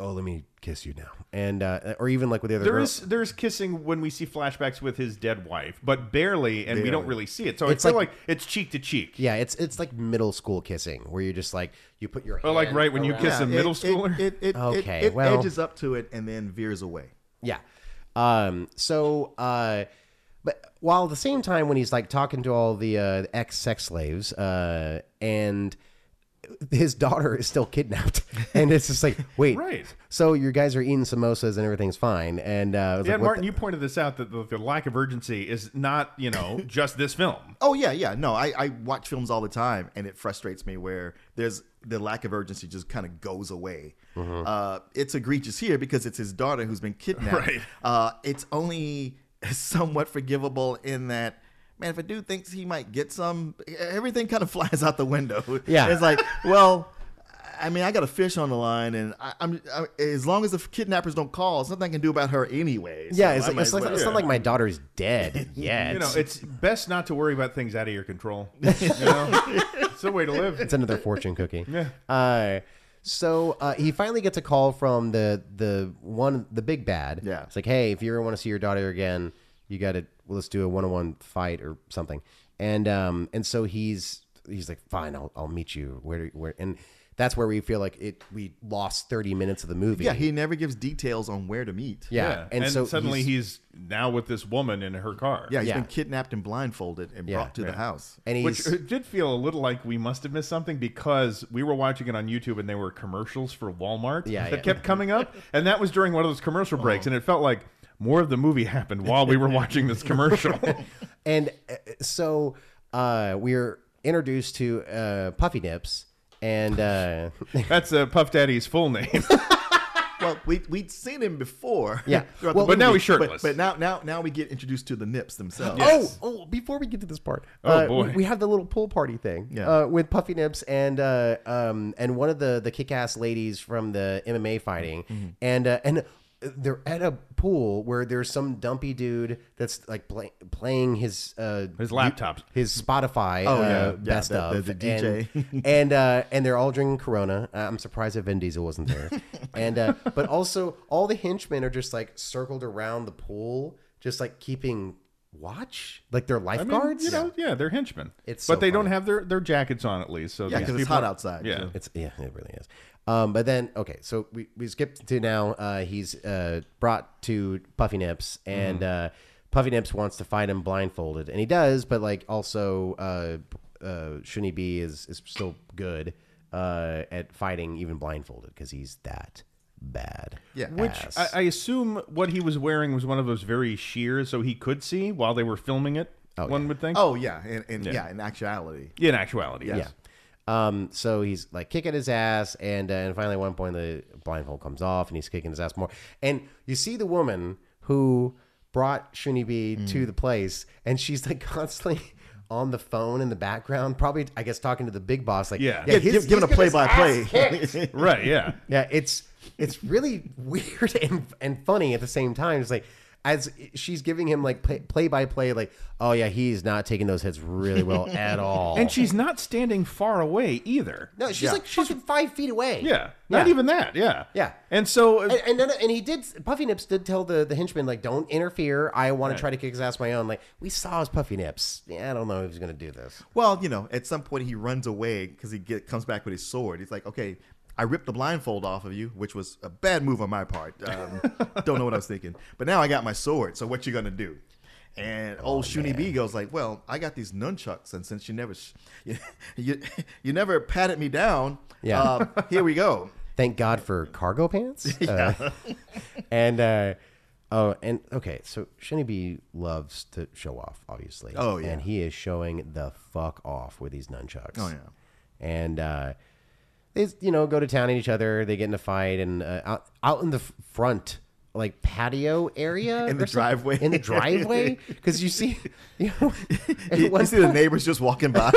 "Oh, let me kiss you now," and uh, or even like with the other There girl- is there's kissing when we see flashbacks with his dead wife, but barely, and we don't really see it. So It's I feel like- like, it's cheek to cheek. Yeah, it's it's like middle school kissing where you're just like you put your Or like hand right when you around- kiss a middle it, schooler? It, it, it, Okay, it, it well- edges up to it and then veers away. Yeah. Um, so, uh, but while at the same time, when he's like talking to all the uh, ex sex slaves, uh, and his daughter is still kidnapped, and it's just like, wait, Right. So your guys are eating samosas and everything's fine, and uh, I was Yeah, like, what Martin, the- you pointed this out that the, the lack of urgency is not, you know, just this film. Oh yeah, yeah. No, I, I watch films all the time, and it frustrates me where there's the lack of urgency just kind of goes away. Mm-hmm. Uh, it's egregious here because it's his daughter who's been kidnapped. Right. Uh, it's only somewhat forgivable in that. Man, if a dude thinks he might get some, e-, everything kind of flies out the window. Yeah. it's like, well, I mean, I got a fish on the line, and I, I'm I, as long as the kidnappers don't call, there's nothing I can do about her anyway. yeah, it's, so uh, I like, might it's, as like, well. it's not like my daughter's dead yet. You know, it's best not to worry about things out of your control. You know? it's a way to live. It's another fortune cookie. yeah. Uh, so uh, he finally gets a call from the the one the big bad. Yeah. It's like, hey, if you ever want to see your daughter again, you got to well, let's do a one on one fight or something. And um and so he's he's like, fine, I'll I'll meet you where where and that's where we feel like it we lost thirty minutes of the movie. Yeah, he never gives details on where to meet. yeah. And, And, so suddenly he's- he's, now with this woman in her car. Yeah, he's Yeah. been kidnapped and blindfolded and Yeah, brought to yeah. the house. and he's Which it did feel a little like we must have missed something because we were watching it on YouTube and there were commercials for Walmart Yeah, that yeah. Oh. kept coming up, and that was during one of those commercial breaks, and it felt like more of the movie happened while we were watching this commercial. And uh, so uh, we're introduced to uh, Puffy Nips, and uh, That's uh, Puff Daddy's full name. Well, we we'd seen him before. Yeah. throughout Well, the but now movie, he's shirtless. But, but now now now we get introduced to the nips themselves. oh, oh! Before we get to this part, Oh, uh, boy. we, we have the little pool party thing Yeah. uh, with Puffy Nips and uh, um, and one of the the kick ass ladies from the MMA fighting, Mm-hmm. and uh, and they're at a pool where there's some dumpy dude that's like play, playing his uh, His laptop. his Spotify uh, Oh, yeah, yeah, best that- of that- the DJ. and and, uh, and they're all drinking Corona. Uh, I'm surprised that Vin Diesel wasn't there. and uh, but also all the henchmen are just like circled around the pool, just like keeping watch, like they're I mean, lifeguards. you know, yeah, they're henchmen. It's but so they don't funny. have their, their jackets on at least. So Yeah, these because it's people- hot outside. Yeah. so. It's yeah, it really is. Um, but then okay, so we we skipped to now. Uh, he's uh, brought to Puffy Nips, and uh, Puffy Nips wants to fight him blindfolded, and he does. But like also, uh, uh, Shuni B is is still good uh, at fighting even blindfolded because he's that bad. Yeah. Which ass. I, I assume what he was wearing was one of those very sheer, so he could see while they were filming it. One would think. Oh yeah, and, and yeah. in actuality. in actuality, yes. Yeah. Um, so he's like kicking his ass, and uh, and finally at one point the blindfold comes off, and he's kicking his ass more. And you see the woman who brought Shuni B Mm. to the place, and she's like constantly on the phone in the background, probably I guess talking to the big boss, like Yeah. Give- give- give him a getting his play-by-play." ass kicked. Right, yeah. yeah, it's it's really weird and and funny at the same time. It's like. As she's giving him like play, play by play, like, oh yeah, he's not taking those hits really well at all. And she's not standing far away either. No, she's Yeah. like fucking five feet away. Yeah. Not Yeah. even that. Yeah. Yeah. And so uh, And, and, none of- and he did. Puffy Nips did tell the, the henchman like, "Don't interfere. I want to try to kick his ass my own." Like we saw his Puffy Nips. Yeah, I don't know if he's gonna do this. Well, you know, at some point he runs away because he get, comes back with his sword. He's like, okay, I ripped the blindfold off of you, which was a bad move on my part. Um, don't know what I was thinking, but now I got my sword. So what you gonna do? And old Shuni B goes like, well, I got these nunchucks, and since you never, sh- you, you, you never patted me down, Yeah. um, here we go. Thank God for cargo pants. Uh, and uh, oh, and okay, so Shinny B loves to show off, obviously. Oh, yeah. and he is showing the fuck off with these nunchucks. Oh, yeah. and uh, they you know go to town on each other. They get in a fight, and uh, out out in the f- front. Like patio area In the or something- driveway. in the driveway, because you see, you know, at You, one you see the point- neighbors just walking by,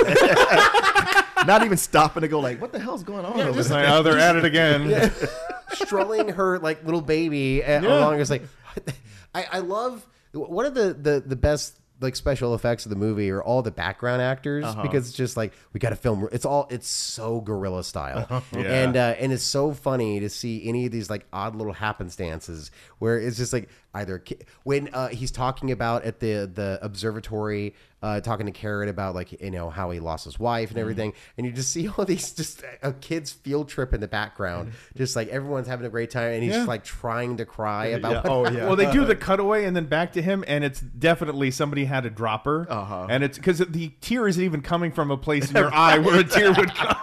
not even stopping to go like, what the hell's going on over it's there? like, oh, they're at it again. strolling her like little baby uh, along. It's like I, I love one of the, the the best like special effects of the movie are all the background actors because it's just like we got to film. It's all it's so guerrilla style, and uh, and it's so funny to see any of these like odd little happenstances where it's just like either ki- when uh, he's talking about at the the observatory. Uh, talking to Carrot about like you know how he lost his wife Mm-hmm. and everything, and you just see all these just a kid's field trip in the background, just like everyone's having a great time, and he's just like trying to cry about what Oh Mm-hmm. yeah. Well, they do the cutaway and then back to him, and it's definitely somebody had a dropper. Uh-huh. And it's because the tear isn't even coming from a place in your eye where a tear would come.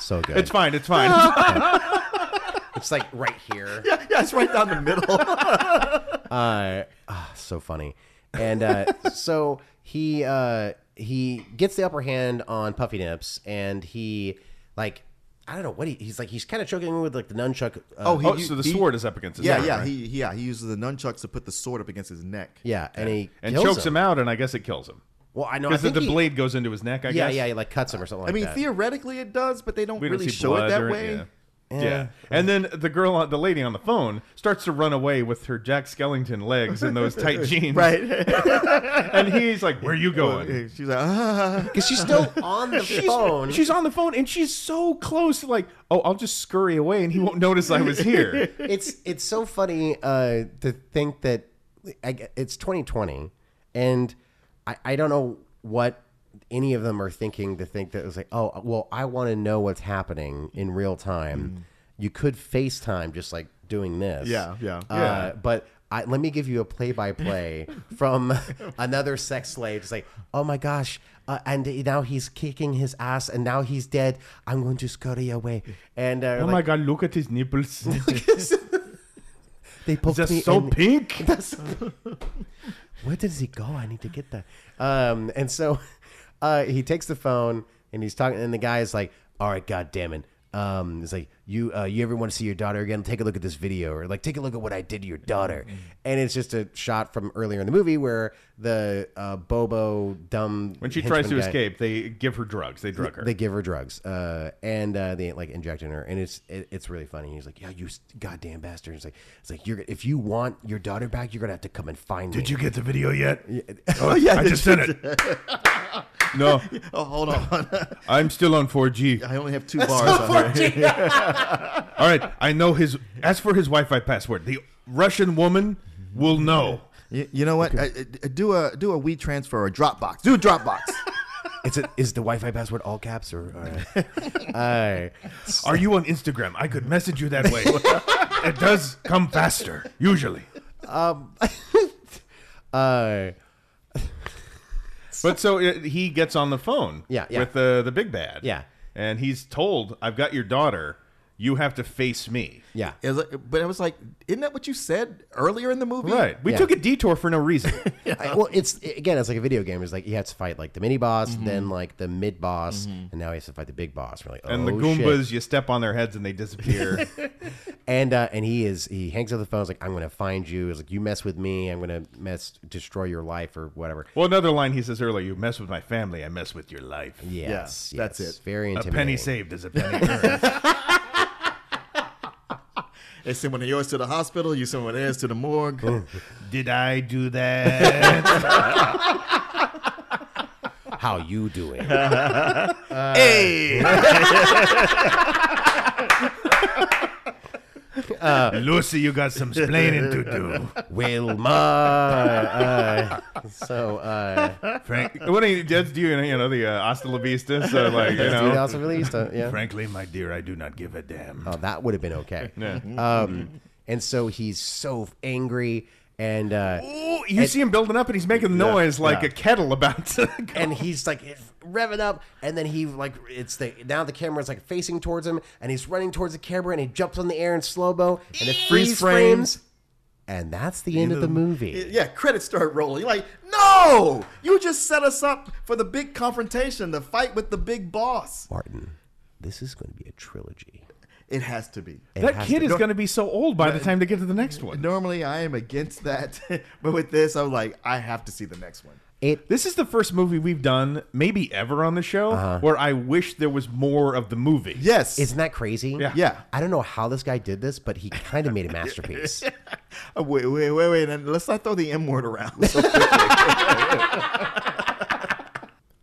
so good. It's fine. It's fine. It's like right here. yeah, it's right down the middle. uh, ah, so funny. And uh, so he uh, he gets the upper hand on Puffy Nips, and he like I don't know what he, he's like. He's kind of choking him with like the nunchuck. Uh, Oh, he- oh, so the He- sword is up against his Yeah, eye, yeah, right? he he- yeah, he uses the nunchucks to put the sword up against his neck. yeah, and he and kills chokes him. out, and I guess it kills him. Well, I know I Because the, think the he- blade goes into his neck, I Yeah, guess. yeah, he like cuts him or something. I mean, like that. theoretically it does, but they don't We don't really see show it blood that or- way. Yeah. Yeah. and then the girl, on- the lady on the phone, starts to run away with her Jack Skellington legs and those tight jeans. Right. and he's like, "Where are you going?" She's like, ah. because she's still on the phone. She's on the phone, and she's so close. Like, oh, I'll just scurry away, and he won't notice I was here. it's it's so funny uh, to think that I g it's 2020, and I, I don't know what any of them are thinking to think that it was like, oh, well, I want to know what's happening in real time. Mm-hmm. You could FaceTime just like doing this. Yeah, yeah. Uh, But I, let me give you a play-by-play from another sex slave. It's like, oh my gosh, uh, and now he's kicking his ass, and now he's dead. I'm going to scurry away. And uh, Oh like, my god, look at his nipples. they poked me Just so in- pink. where does he go? I need to get that. Um, and so uh, he takes the phone and he's talking, and the guy is like, "All right, God damn it." Um, it's like you, uh, you ever want to see your daughter again? Take a look at this video, or like take a look at what I did to your daughter. Mm-hmm. And it's just a shot from earlier in the movie where the uh, Bobo dumb When she tries to henchman guy- escape, they give her drugs. They drug her. they give her drugs, uh, and uh, they like injecting her, and it's it, it's really funny. He's like, "Yeah, you s- goddamn bastard!" It's like it's like you're if you want your daughter back, you're gonna have to come and find me. Did you get the video yet? Oh yeah, I just sent it. no, Oh, hold on. I'm still on 4G. I only have two bars on here. All right, I know his. As for his Wi-Fi password, the Russian woman will know. You, you know what? I- I- do a do a we transfer or a Dropbox. Do a Dropbox. It's a, is the Wi-Fi password all caps or? All right. Are you on Instagram? I could message you that way. it does come faster, usually. Um, Uh, But so uh, he gets on the phone Yeah, yeah. with the the big bad. Yeah. And he's told, I've got your daughter. You have to face me. yeah. It was like- but I was like, isn't that what you said earlier in the movie? Right. We Yeah. took a detour for no reason. I- well, it's again, it's like a video game. It's like he has to fight like the mini boss, Mm-hmm. then like the mid boss, and now he has to fight the big boss. We're like, oh, And the shit. Goombas, you step on their heads and they disappear. and uh, and he is he hangs up the phone. He's like, I'm gonna find you. It's like you mess with me, I'm gonna mess destroy your life or whatever. well, another line he says earlier you mess with my family, I mess with your life. Yes, Yeah, that's yes. it. Very A intimidating. penny saved is a penny earned. They send one of yours to the hospital. You send one of theirs to the morgue. Did I do that? How you doing? hey, Lucy, you got some splaining to do. Wilma. Uh, so uh, Frank, what he does, do you, you know the uh, hasta la vista? So like you know, dude also released. uh, yeah. frankly, my dear, I do not give a damn. Oh, that would have been okay. Um, and so he's so angry, and uh, Ooh, you see him building up, and he's making noise like a kettle about to. Go. and he's like revving up, and then he like it's the now the camera's like facing towards him, and he's running towards the camera, and he jumps on the air in slow mo, and it freeze frames, and that's the end of the movie. yeah. Credits start rolling. You're like, no, you just set us up for the big confrontation, the fight with the big boss. Martin, this is going to be a trilogy. It has to be. It that has kid to- is going to be so old by the time they get to the next one. Normally, I am against that, but with this, I'm like, I have to see the next one. It This is the first movie we've done, maybe ever on the show, where I wish there was more of the movie. Yes. isn't that crazy? Yeah. yeah. I don't know how this guy did this, but he kind of made a masterpiece. Uh, Wait, wait, wait, wait. and Let's not throw the M word around.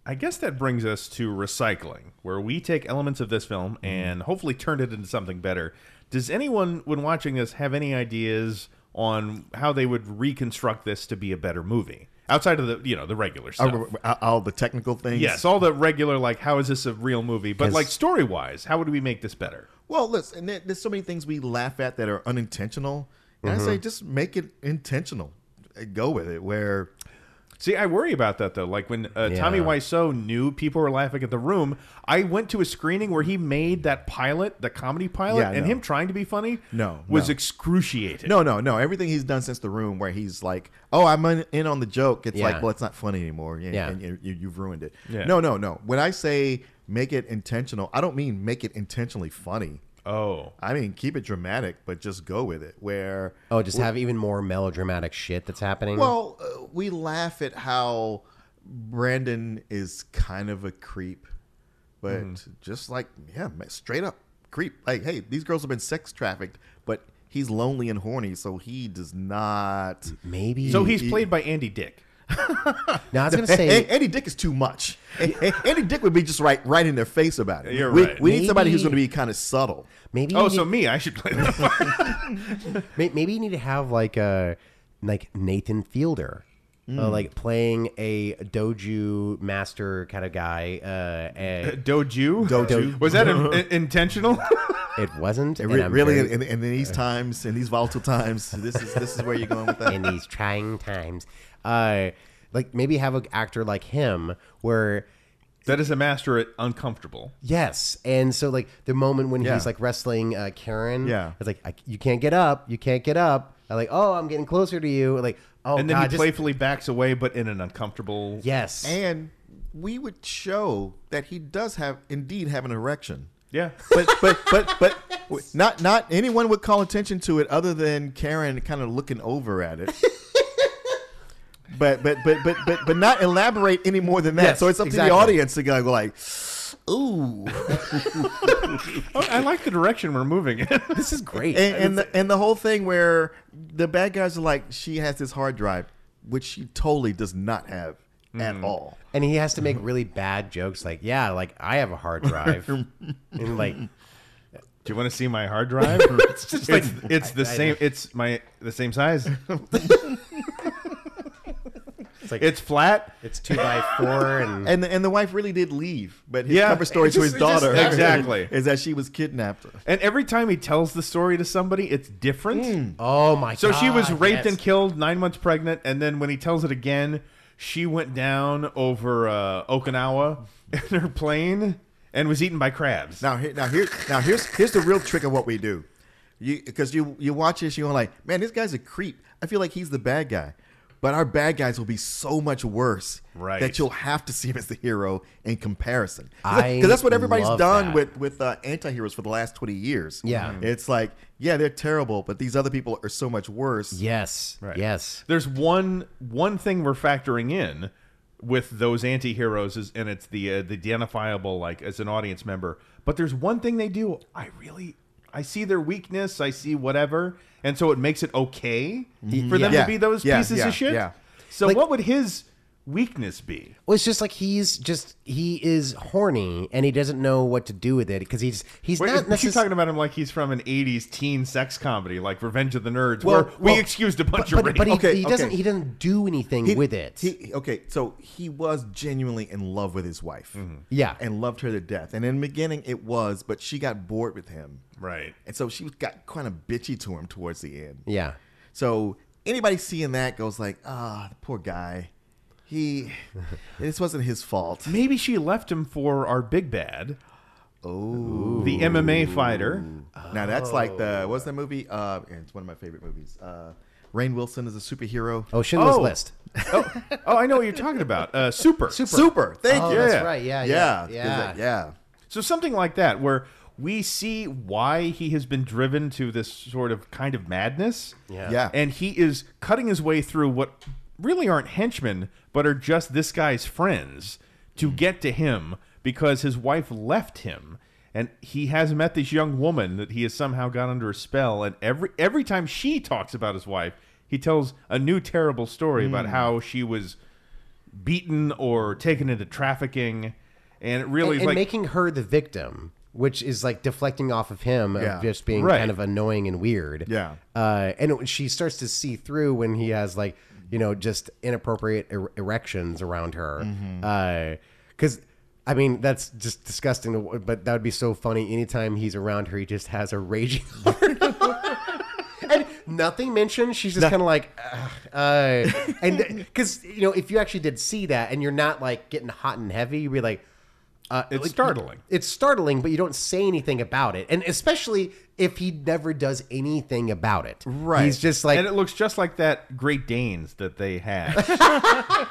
I guess that brings us to recycling, where we take elements of this film and hopefully turn it into something better. Does anyone, when watching this, have any ideas on how they would reconstruct this to be a better movie outside of the you know the regular stuff? Uh, All the technical things. yes, all the regular like how is this a real movie? But 'Cause- like story wise, how would we make this better? Well, listen, there, there's so many things we laugh at that are unintentional. And I say just make it intentional. Uh, Go with it. Where See, I worry about that though. Like when uh, Tommy Yeah. Wiseau knew people were laughing at the room, I went to a screening where he made that pilot, the comedy pilot, Yeah, and no. him trying to be funny, No, was no. excruciating. no, no, no. Everything he's done since the room, where he's like, "Oh, I'm in- in on the joke." It's Yeah. like, well, it's not funny anymore. And, Yeah. and you, you, you've ruined it. Yeah. No, no, no. When I say make it intentional, I don't mean make it intentionally funny. Oh, I mean keep it dramatic, but just go with it. Where Oh, just have even more melodramatic shit that's happening. Well, uh, we laugh at how Brandon is kind of a creep, but just like yeah, ma- straight up creep. Like, hey, these girls have been sex trafficked, but he's lonely and horny, so he does not. maybe. so he's played by Andy Dick. Now I was gonna Hey, say, Andy Dick is too much. Andy Dick would be just right, right in their face about it. You're we, right. We need somebody who's going Maybe- to be kind of subtle. Maybe Oh, you so need, me, I should play that part. may- maybe you need to have like a like Nathan Fielder, uh, Hmm. like playing a doju master kind of guy. Uh, and Doju? Doju. Was that in- in- intentional? it wasn't and Re- I'm really, very- in, in, in these times, in these volatile times, this is this is where you're going with that. in these trying times. Uh, like maybe have an actor like him where that is a master at uncomfortable. Yes, and so like the moment when Yeah. he's like wrestling uh, Karen, Yeah. it's like I, you can't get up, you can't get up. I'm like, oh, I'm getting closer to you. Like, oh, And then God, he just- playfully backs away, but in an uncomfortable. yes, And we would show that he does have indeed have an erection. Yeah. But but but but w- not not anyone would call attention to it other than Karen kind of looking over at it. But but but but but but not elaborate any more than that. Yes, so it's up to exactly. the audience to go like, ooh, Oh, I like the direction we're moving in. this is great. and and the, and the whole thing where the bad guys are like, she has this hard drive, which she totally does not have Mm-hmm. at all. and he has to make really bad jokes, like, yeah, like I have a hard drive, and like, Do you want to see my hard drive? it's just like it's, the I- I- same. It's my the same size. it's, like- flat. it's two by four, and, And the, and the wife really did leave, but his Yeah, cover story it to just- his it just- daughter exactly. is that she was kidnapped. And every time he tells the story to somebody, it's different. oh my. So God, she was raped yes. and killed, nine months pregnant, and then when he tells it again, she went down over uh, Okinawa in her plane and was eaten by crabs. Now here, now here, now here's here's the real trick of what we do, you because you you watch this, you're like, man, this guy's a creep. I feel like he's the bad guy, but our bad guys will be so much worse Right. that you'll have to see him as the hero in comparison. I Because that's what everybody's love done that. with with uh, anti-heroes for the last twenty years. Mm-hmm. Yeah. Mhm. it's like yeah, they're terrible, but these other people are so much worse. Yes, Right. yes, There's one one thing we're factoring in with those anti-heroes is and it's the uh, the identifiable like as an audience member. But there's one thing they do I really I see their weakness, I see whatever, and so it makes it okay for them Mm-hmm. Yeah. to be those Yeah, pieces yeah, of shit. yeah. So what would his weakness be? Well, it's just like he's just he is horny and he doesn't know what to do with it because he's he's Wait, not is- she's necessarily talking about him like he's from an '80s teen sex comedy, like Revenge of the Nerds, Well, where we well, excused a bunch but, of rape. but he, Okay, he doesn't okay. he doesn't do anything He- with it. He okay, so he was genuinely in love with his wife. Mm-hmm. Yeah. And loved her to death. And in the beginning it was, but she got bored with him. right. And so she got kind of bitchy to him towards the end. yeah. So anybody seeing that goes like, ah, the poor guy. He this wasn't his fault. Maybe she left him for our big bad. Oh, the MMA fighter. Now that's like Oh, the what's that movie? Uh it's one of my favorite movies. Uh Rain Wilson is a superhero. Oh, Schindler's Oh. List. Oh, oh, I know what you're talking about. Uh, super. Super. Thank Oh, you. that's Yeah. right. Yeah, Yeah. yeah, yeah. Yeah. yeah. So something like that, where we see why he has been driven to this sort of kind of madness. Yeah. Yeah. And he is cutting his way through what really aren't henchmen, but are just this guy's friends Mm. to get to him because his wife left him. And he has met this young woman that he has somehow got under a spell. And every every time she talks about his wife, he tells a new terrible story about Mm. how she was beaten or taken into trafficking. And it And, really is and like making her the victim, which is like deflecting off of him Yeah. of just being Right. kind of annoying and weird. Yeah. Uh, and it- she starts to see through when he has like you know just inappropriate er- erections around her. Mm-hmm. Because I mean that's just disgusting. to w- But that would be so funny. Anytime he's around her, he just has a raging heart. And nothing mentioned. She's just kind of like, "Ugh," uh, and because you know, if you actually did see that, and you're not like getting hot and heavy, you'd be like, uh, It's like, startling. It's startling, but you don't say anything about it, and especially if he never does anything about it. Right. He's just like, and it looks just like that Great Danes that they had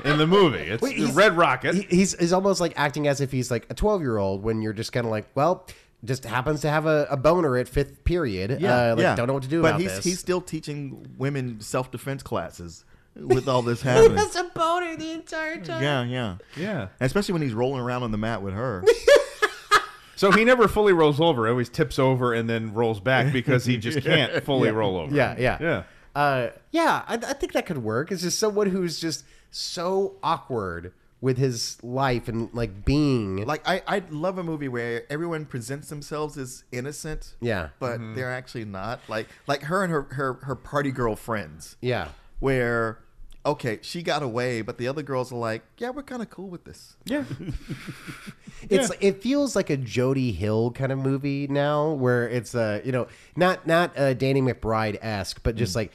in the movie. It's the he's- Red Rocket. he- he's he's almost like acting as if he's like a 12 year old when you're just kind of like, well, just happens to have a, a boner at fifth period. uh, like, Don't know what to do But about he's this. he's still teaching women self defense classes with all this happening. That's a boner the entire time. Yeah, yeah. yeah. Especially when he's rolling around on the mat with her. So he never fully rolls over. He always tips over and then rolls back because he just can't fully roll over. Yeah, yeah, Yeah. Uh, yeah, I, I think that could work. It's just someone who's just so awkward with his life and like being. like I, I love a movie where everyone presents themselves as innocent. Yeah. But they're actually not. Like like her and her, her, her party girl friends. yeah, where okay, she got away, but the other girls are like, yeah, we're kind of cool with this. Yeah. It's it feels like a Jody Hill kind of movie now, where it's uh you know not not uh, Danny McBride esque, but just like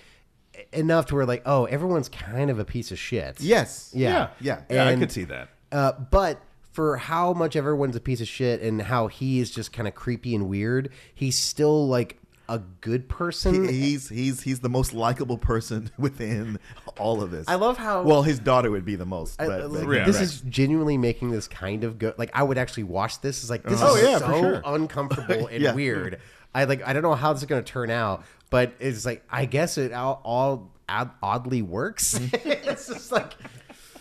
enough to where like oh everyone's kind of a piece of shit. Yes. yeah, Yeah. Yeah. I And- could see that. Uh, but for how much everyone's a piece of shit and how he is just kind of creepy and weird, he's still like a good person. He- he's he's he's the most likable person within all of this. I love how- well his daughter would be the most. I- But, I- but- Yeah, this right. is genuinely making this kind of good. Like I would actually watch this. It's like this Oh, is yeah, for so sure. uncomfortable and Yeah. weird. I like I don't know how this is going to turn out, but it's like I guess it all, all odd- oddly works. Mm-hmm. it's just like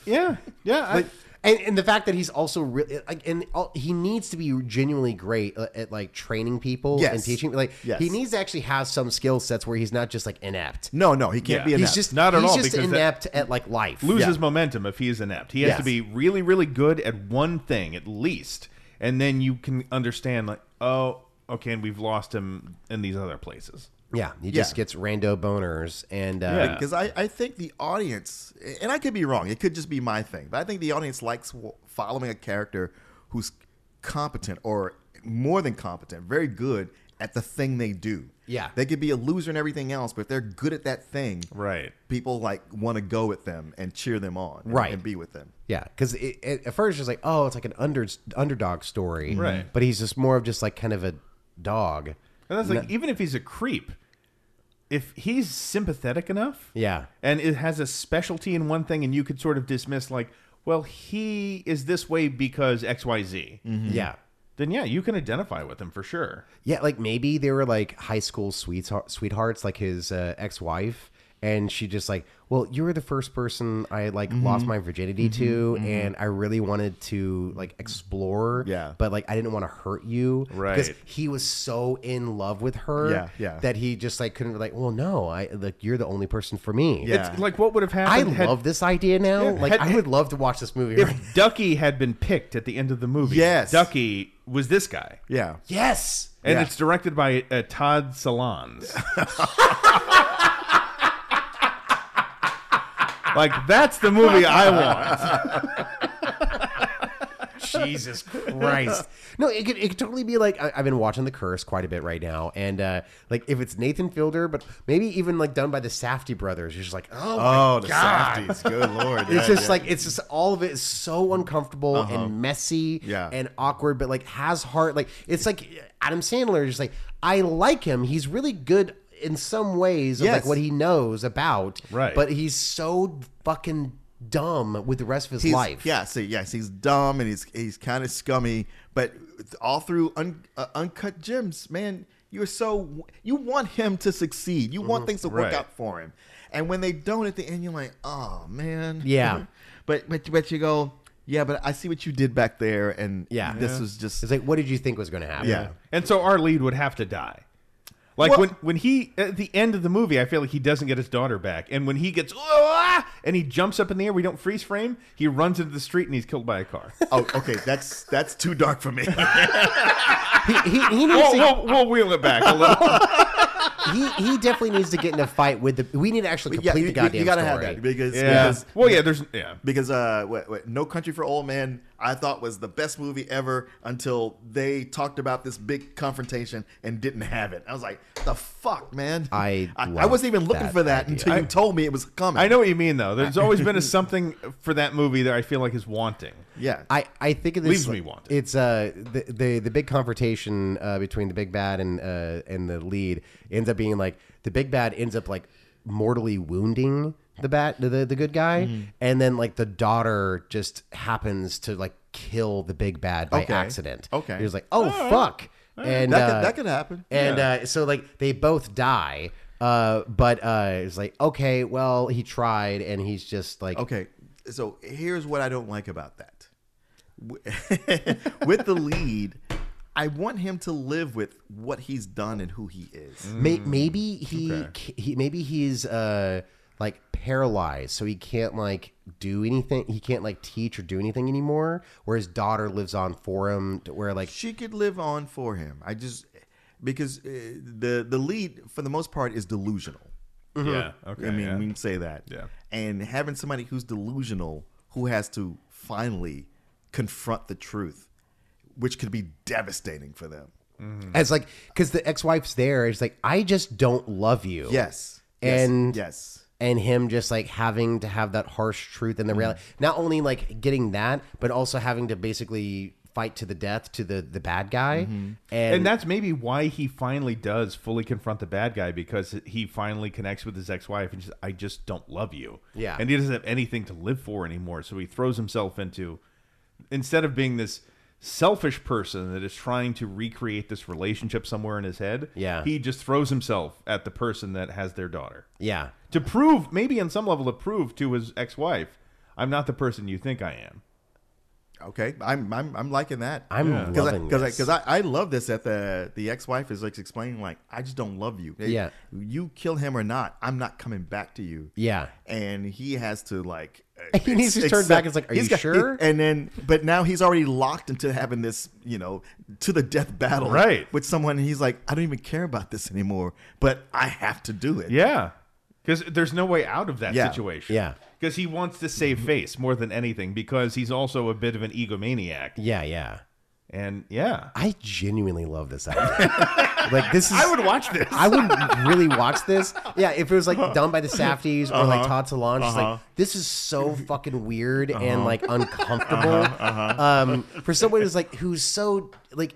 Yeah. Yeah. I- like, and, and the fact that he's also really like, and all, he needs to be genuinely great at, at like training people Yes. and teaching. Like, Yes. he needs to actually have some skill sets where he's not just like inept. no, no, he can't Yeah. be. He's An He's ass. just Not at he's all, Just because that- inept at like life. loses momentum if he is inept. He has Yes. to be really, really good at one thing at least, and then you can understand like, oh, okay, and we've lost him in these other places. Yeah, he just Yeah. gets rando boners and uh, Yeah. because I, I think the audience and i could be wrong it could just be my thing but i think the audience likes w- following a character who's competent or more than competent very good at the thing they do Yeah. they could be a loser in everything else but if they're good at that thing Right. people like want to go with them and cheer them on and- Right. and be with them Yeah, because at first it's like, oh, it's like an under, underdog Mm-hmm. story, Right. But he's just more of just like kind of a dog. And that's like even if he's a creep, if he's sympathetic enough, Yeah. and it has a specialty in one thing, and you could sort of dismiss like, well, he is this way because X, Y, Z. Mm-hmm. Yeah, Then yeah, you can identify with him for sure. yeah. Like maybe they were like high school sweetheart, sweethearts, like his uh, ex wife, and she just like, well, you were the first person I like Mm-hmm. lost my virginity to, and I really wanted to like explore, Yeah. But like I didn't want to hurt you, Right. he was so in love with her, Yeah, yeah. that he just like couldn't like, well, no, I like you're the only person for me, Yeah. It's like what would have I happened. had- love this idea now. Yeah, like had- I would love to watch this movie. right- if Ducky had been picked at the end of the movie. Yes. Ducky was this guy. yeah yes. And Yeah. it's directed by uh, Todd Salons. like that's the movie I want. Jesus Christ. No, it could, it could totally be like I, I've been watching The Curse quite a bit right now, and uh, like if it's Nathan Fielder, but maybe even like done by the Safdie brothers, you're just like, oh, oh the softies good lord Oh, it's just like it's just all of it is so uncomfortable Uh-huh. and messy Yeah. and awkward, but like has heart. Like it's like Adam Sandler, just like I like him. He's really good in some ways of like Yes. what he knows about, Right. But he's so fucking dumb with the rest of his he's, life. Yeah, so yes, he's dumb and he's he's kind of scummy, but all through un, uh, uncut gems, man, you're so you want him to succeed. You Mm-hmm. want things to work Right. out for him, and when they don't at the end, you're like, oh man, Yeah. but but but you go, yeah, but I see what you did back there, and Yeah. this was just It's like, what did you think was going to happen? yeah. And so our lead would have to die. Like Well- when when he at the end of the movie, I feel like he doesn't get his daughter back. And when he gets "Ah!" and he jumps up in the air, we don't freeze frame. He runs into the street and he's killed by a car. Oh, okay, that's that's too dark for me. He, he, he needs we'll, to, we'll, we'll wheel it back a little. he, he definitely needs to get in a fight with the. We need to actually complete yeah, you, the goddamn you, gotta have story. that because yeah. because Well, yeah. There's yeah. because uh, what, what, No Country for Old Men I thought was the best movie ever until they talked about this big confrontation and didn't have it. I was like, the fuck, man! I I, I love wasn't even looking that for that idea. until you told me it was coming. I know what you mean though. There's always been a something for that movie that I feel like is wanting. Yeah, I, I think of this Leaves me wanting. It's uh the the, the big confrontation uh, between the big bad and uh, and the lead ends up being like the big bad ends up like mortally wounding the bat the the good guy Mm-hmm. and then like the daughter just happens to like kill the big bad by Okay. accident. Okay. he was like, oh fuck, and that, uh, could, that could happen. And uh, so like they both die. Uh, but uh, it's like okay, well he tried and he's just like Okay, so here's what I don't like about that. W- With the lead, I want him to live with what he's done and who he is. May- maybe he, ca- he maybe he's uh like paralyzed so he can't like do anything he can't like teach or do anything anymore where his daughter lives on for him to where like she could live on eh, for him. I just because uh, the the lead for the most part is delusional. Yeah. Okay. I mean, yeah. we can say that. Yeah. And having somebody who's delusional who has to finally confront the truth, which could be devastating for them. And it's like because the ex-wife's there. It's like I just don't love you. Yes. Yes. And yes. and him just like having to have that harsh truth and the reality. Not only like getting that, but also having to basically fight to the death to the the bad guy. And, and that's maybe why he finally does fully confront the bad guy because he finally connects with his ex-wife and says, "I just don't love you." Yeah. and he doesn't have anything to live for anymore, so he throws himself into instead of being this selfish person that is trying to recreate this relationship somewhere in his head. Yeah. he just throws himself at the person that has their daughter yeah, to prove, maybe on some level, to prove to his ex-wife, "I'm not the person you think I am." Okay. I'm I'm I'm liking that. I'm Cause I, loving cause I, this. cause I, I love this that the the ex wife is like explaining like I just don't love you. Yeah. You kill him or not, I'm not coming back to you. yeah. and he has to like He needs to ex- turn accept- back. It's like, are he's you got- sure? and then, but now he's already locked into having this, you know, to the death battle, Right. With someone, and he's like, I don't even care about this anymore, but I have to do it. Yeah. Because there's no way out of that Yeah. Mm-hmm. situation. Yeah. Because he wants to save face more than anything because he's also a bit of an egomaniac. Yeah, yeah. And yeah. I genuinely love this album. like this is I would watch this. I would really watch this. Yeah, if it was like done by the Safties or Uh-huh. like Todd Solange, it's like this is so fucking weird and like uncomfortable. Uh-huh. Um, for someone who's like who's so like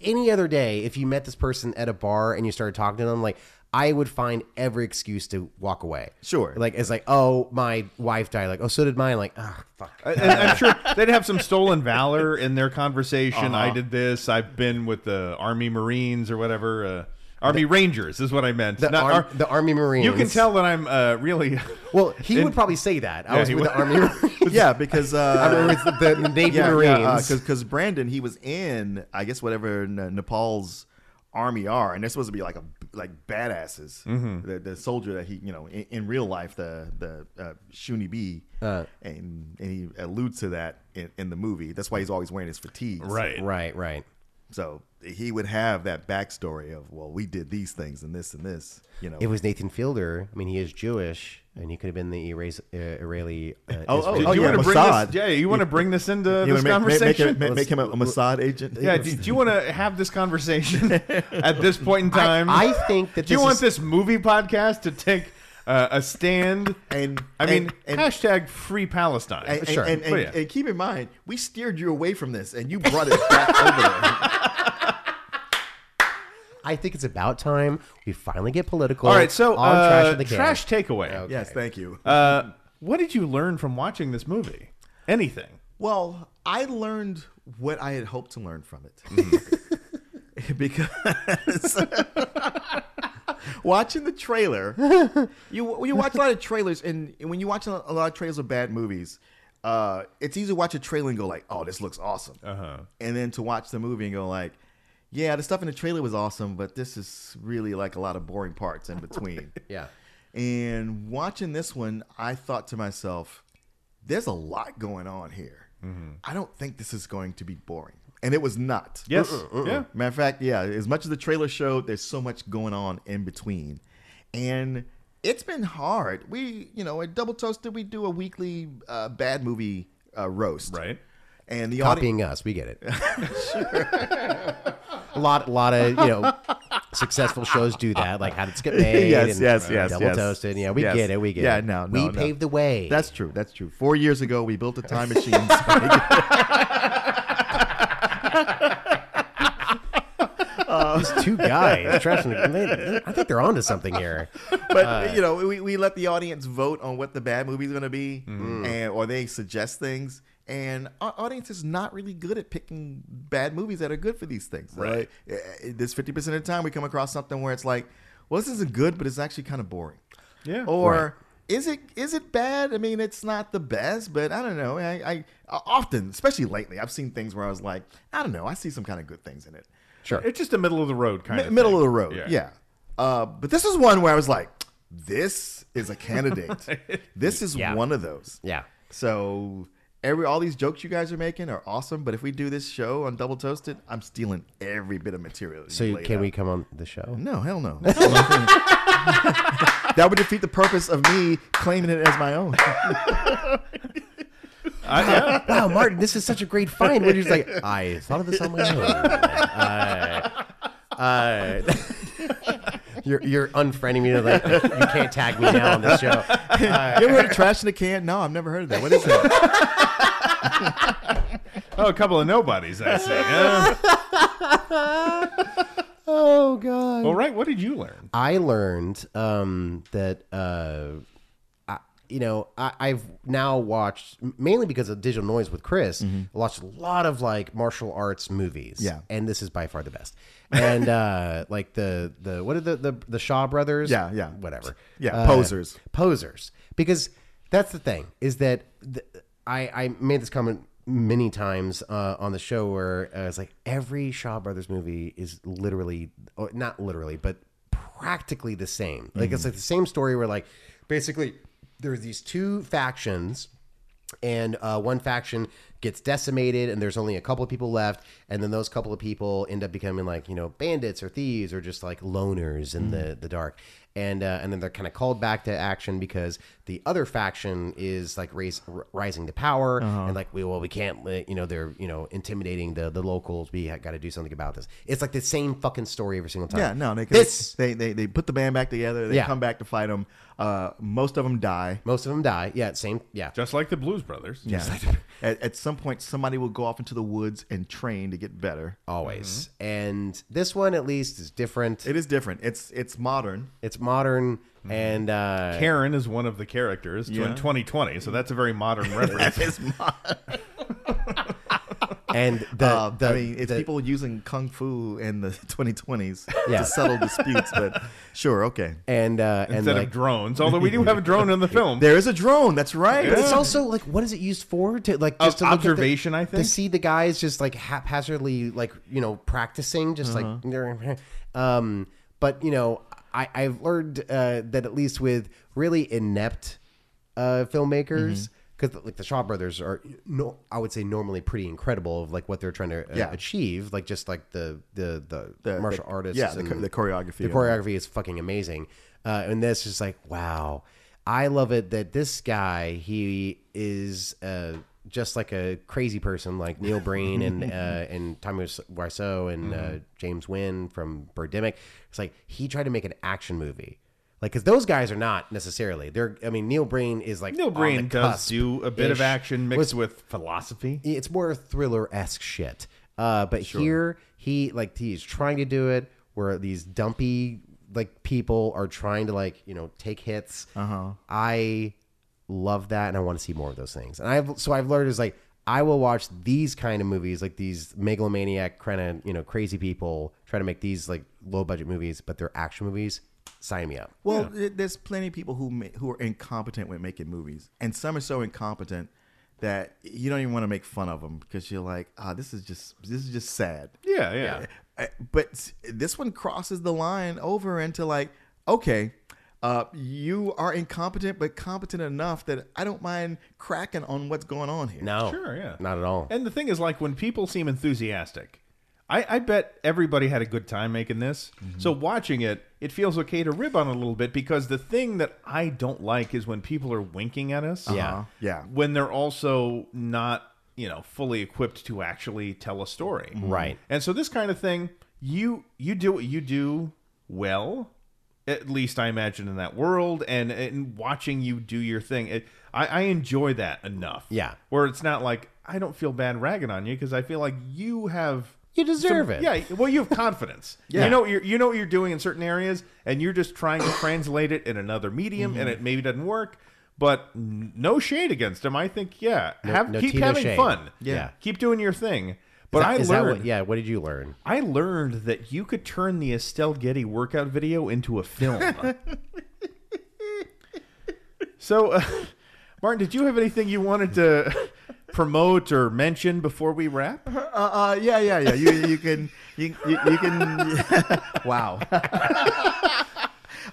any other day, if you met this person at a bar and you started talking to them, like I would find every excuse to walk away. Sure. Like it's like, oh, my wife died. Like, oh, so did mine. Like, ah, fuck. and I'm sure they'd have some stolen valor in their conversation. I Uh-huh. did this. I've been with the Army Marines or whatever. Uh, Army Rangers is what I meant. The, Not Ar- Ar- the Army Marines. you can tell that I'm uh, really. Oh, Well, he And- would probably say that. I Yeah, was he with would. the Army. yeah, because uh, I mean, it's the, the Navy yeah, Marines. because because Brandon he was in I guess whatever N- Nepal's army are, and they're supposed to be like a like badasses. Mm-hmm. The, the soldier that he you know in, in real life the the uh, Shuni B, Uh. and and he alludes to that in, in the movie. That's why he's always wearing his fatigues, Right, right. So he would have that backstory of well, we did these things and this and this. You know, It was Nathan Fielder. I mean, he is Jewish, and he could have been the Iras- uh, Israeli. Uh, Oh, Do, Israeli. oh, you yeah, want to bring Mossad. this? Yeah, you want to bring this into You this know, make- make- conversation? Make, him- make him a, a Mossad agent. Yeah, do, do you want to have this conversation at this point in time? I think that do you this want is- this movie podcast to take uh, a stand? And- I mean, and- and- hashtag Free Palestine. And, Sure. and, and, Well, Oh, yeah. and keep in mind, we steered you away from this, and you brought it back over there. I think it's about time we finally get political. All right, so on uh, trash, of the Can. trash takeaway. Yes, thank you. Uh, what did you learn from watching this movie? Anything? well, I learned what I had hoped to learn from it. because watching the trailer, you you watch a lot of trailers, and when you watch a lot of trailers of bad movies, uh, it's easy to watch a trailer and go like, "Oh, this looks awesome," uh-huh. and then to watch the movie and go like, "Yeah, the stuff in the trailer was awesome, but this is really like a lot of boring parts in between." Yeah. And watching this one, I thought to myself, there's a lot going on here. I don't think this is going to be boring. And it was not. Yes. Yeah. Matter of fact, yeah, as much as the trailer showed, there's so much going on in between. And it's been hard. We, you know, at Double Toasted, we do a weekly uh, bad movie uh, roast. Right. And the audience. Copying us, we get it. a lot, a lot of you know, successful shows do that. Like how did it get made? Yes, and uh, yes, yes, Double yes. toasted. Yeah, we Yes. get it. We get Yeah, it. no, no, we no. paved the way. That's true. That's true. Four years ago, we built a time machine. uh, These two guys. trash. and- they- I think they're onto something here. but you know, we, we let the audience vote on what the bad movie's going to be, and or they suggest things. And our audience is not really good at picking bad movies that are good for these things. Right. Eh, this fifty percent of the time we come across something where it's like, well, this isn't good, but it's actually kind of boring. Yeah. Or is it is it bad? I mean, it's not the best, but I don't know. I, I often, especially lately, I've seen things where I was like, I don't know. I see some kind of good things in it. Sure. It's just a middle of the road kind Mi- of middle thing. of the road. Yeah. Uh, but this is one where I was like, this is a candidate. this is Yeah. one of those. Yeah. So every all these jokes you guys are making are awesome, but if we do this show on Double Toasted, I'm stealing every bit of material. So you you- laid can out. we come on the show? No, hell no. that would defeat the purpose of me claiming it as my own. I, yeah. Wow, Martin, this is such a great find. Where you're just like, I thought of this on my own. I- I- you're you're unfriending me. Like you can't tag me now on the show. you ever heard of trash in a can? No, I've never heard of that. What is that? Oh, a couple of nobodies, I say. Yeah. Oh god. Well, right. What did you learn? I learned um, that uh, I, you know I, I've now watched mainly because of digital noise with Chris. Watched a lot of like martial arts movies. Mm-hmm. Yeah. and this is by far the best. And uh, like the the what are the the, the Shaw brothers? Yeah, yeah. whatever. Yeah, Uh, posers. posers because that's the thing is that th- I I made this comment many times uh, on the show where uh, it's like every Shaw Brothers movie is literally or not literally but practically the same like Mm-hmm. it's like the same story where like basically there's these two factions and uh, one faction gets decimated and there's only a couple of people left and then those couple of people end up becoming like you know bandits or thieves or just like loners in the Mm. the dark and uh, and then they're kind of called back to action because the other faction is like raise, r- rising to power Uh-huh. and like we well we can't let- you know they're you know intimidating the the locals we got to do something about this it's like the same fucking story every single time yeah, no, they, this they they they put the band back together. They Yeah. come back to fight them. Uh, most of them die. most of them die yeah same yeah Just like the Blues Brothers. Yeah. at, at some point, somebody will go off into the woods and train to get better. always Mm-hmm. and this one at least is different It is different. It's it's modern. It's modern Mm-hmm. and uh, Karen is one of the characters to Yeah. in 2020, so that's a very modern reference. It's modern. and the, Uh, the I mean, it's the- people using kung fu in the 2020s Yeah. to settle disputes. But sure, okay. and uh, and instead like, of drones. Although we do have a drone in the film. There is a drone. That's right. but it's also like what is it used for? To like Of just to look at the- observation, I think. to see the guys just like haphazardly like you know practicing, just Uh-huh. like they're- um. But you know, I I've learned uh, that at least with really inept uh, filmmakers. Mm-hmm. Because like the Shaw brothers are, no, I would say normally pretty incredible of like what they're trying to uh, Yeah. achieve, like just like the the the, The- martial the- artists, yeah, the and cho- the choreography the and- choreography. choreography is fucking amazing. Uh, and this is like, wow, I love it that this guy he is uh, just like a crazy person, like Neil Breen and uh, and Tommy Wiseau and Mm-hmm. uh, James Wynn from Birdemic. It's like he tried to make an action movie. Like, because those guys are not necessarily. They're, I mean, Neil Breen is like Neil on the Breen does cusp do a bit of ish. action mixed Was- with philosophy. it's more thriller esque shit. Uh, but here he like he's trying to do it where these dumpy like people are trying to like you know take hits. Uh-huh. I love that, and I want to see more of those things. And I've so I've learned is like I will watch these kind of movies, like these megalomaniac kind of you know crazy people try to make these like low budget movies, but they're action movies. Sign me up. Well, th- there's plenty of people who ma- who are incompetent when making movies, and some are so incompetent that you don't even want to make fun of them because you're like, ah, this is just this is just sad. Yeah, yeah. Uh, But s- this one crosses the line over into like, okay, uh, you are incompetent, but competent enough that I don't mind cracking on what's going on here. No, Sure, yeah. not at all. And the thing is, like, when people seem enthusiastic, I, I bet everybody had a good time making this. Mm-hmm. So watching it, it feels okay to rib on it a little bit because the thing that I don't like is when people are winking at us. Yeah. Yeah. When they're also not, you know, fully equipped to actually tell a story. Right. And so this kind of thing, you you do what you do well. At least I imagine in that world, and, and watching you do your thing, it, I, I enjoy that enough. Yeah. where it's not like I don't feel bad ragging on you because I feel like you have You deserve it. yeah. Well, you have confidence. Yeah. you know what you're, you know what you're doing in certain areas, and you're just trying to translate it in another medium, Mm-hmm. and it maybe doesn't work. But n- no shade against him. I think yeah, have no keep tea, no having shade. fun. Yeah. keep doing your thing. But I Is that learned what, yeah. What did you learn? I learned that you could turn the Estelle Getty workout video into a film. so, uh, Martin, did you have anything you wanted to promote or mention before we wrap? Uh, uh, yeah, yeah, yeah. You you can you you, you can wow.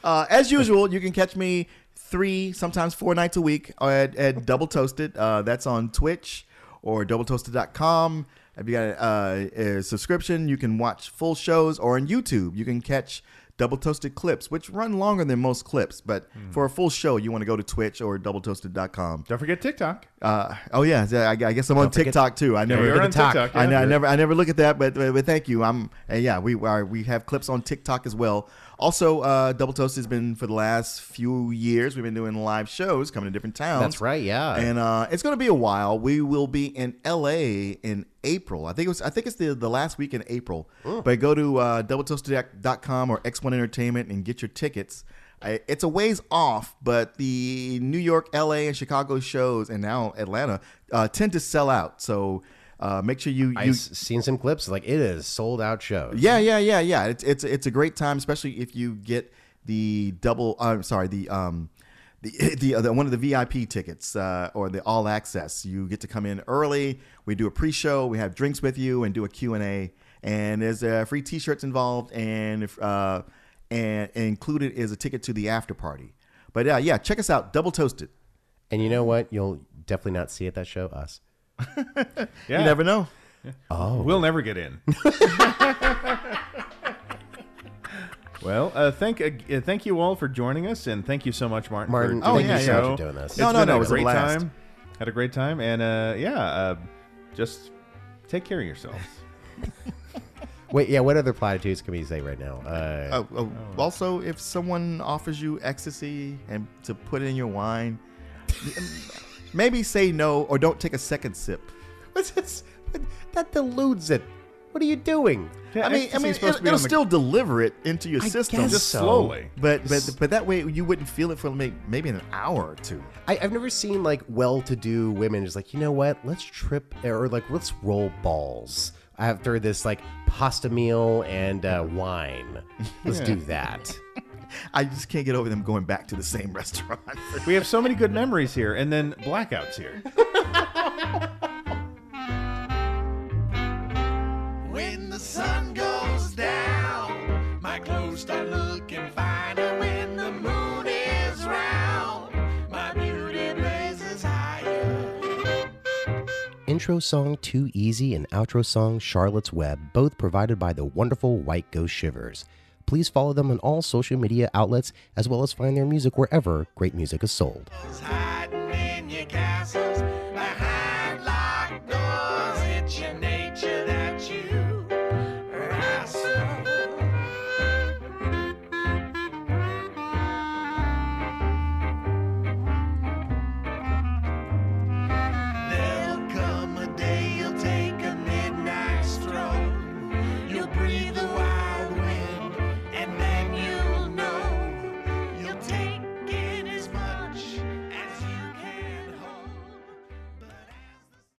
uh, as usual, you can catch me three, sometimes four nights a week at, at Double Toasted. Uh, that's on Twitch or doubletoasted.com. If you got a, uh, a subscription, you can watch full shows, or on YouTube, you can catch Double Toasted clips, which run longer than most clips. But for a full show, you want to go to Twitch or doubletoasted.com. Don't forget TikTok. Uh, oh yeah, yeah, I, I guess I'm on TikTok too. I never you're look at on the talk. TikTok, I, yeah. ne- I never, I never look at that, but but, but thank you. I'm uh, yeah. We are we have clips on TikTok as well. Also, uh, Double Toast has been for the last few years. We've been doing live shows, coming to different towns. That's right, yeah. And uh, it's going to be a while. We will be in LA in April. I think it was. I think it's the the last week in April. But go to uh, doubletoasted.com or X1 Entertainment and get your tickets. I, it's a ways off, but the New York, LA, and Chicago shows, and now Atlanta, uh, tend to sell out. So uh, make sure you, you I've seen some clips. Like it is sold out shows. yeah, yeah, yeah, yeah. It's it's it's a great time, especially if you get the double. uh, I'm sorry, the um, the the, other one of the VIP tickets uh, or the all access. You get to come in early. We do a pre-show. We have drinks with you and do a Q and A. And there's uh, free T-shirts involved, and if uh, and, and included is a ticket to the after party. But uh, yeah, check us out. Double toasted. And you know what? You'll definitely not see at that show us. Yeah. You never know. We'll never get in. well, uh, thank uh, uh, thank you all for joining us, and thank you so much, Martin. Martin, for oh, doing yeah, the yeah. show. Thank you for doing this. It's No, no, been no, a it was a great blast. time. Had a great time, and uh, yeah, uh, just take care of yourselves. Wait, yeah. What other platitudes can we say right now? Uh, Uh, uh, Oh. also, if someone offers you ecstasy and to put in your wine, maybe say no or don't take a second sip. what's this? That deludes it. What are you doing? Yeah, I mean, I ecstasy's mean, supposed to be on it'll, it'll the- still deliver it into your I system, guess just so. slowly. but but but that way you wouldn't feel it for may- maybe an hour or two. I, I've never seen like well-to-do women just like you know what? Let's trip or like let's roll balls after this like pasta meal and uh, wine. Let's do that. I just can't get over them going back to the same restaurant. We have so many good memories here, and then blackouts here. When the sun goes down, my clothes start looking finer. When the moon is round, my beauty blazes higher. Intro song Too Easy and outro song Charlotte's Web, both provided by the wonderful White Ghost Shivers. Please follow them on all social media outlets as well as find their music wherever great music is sold. It's high.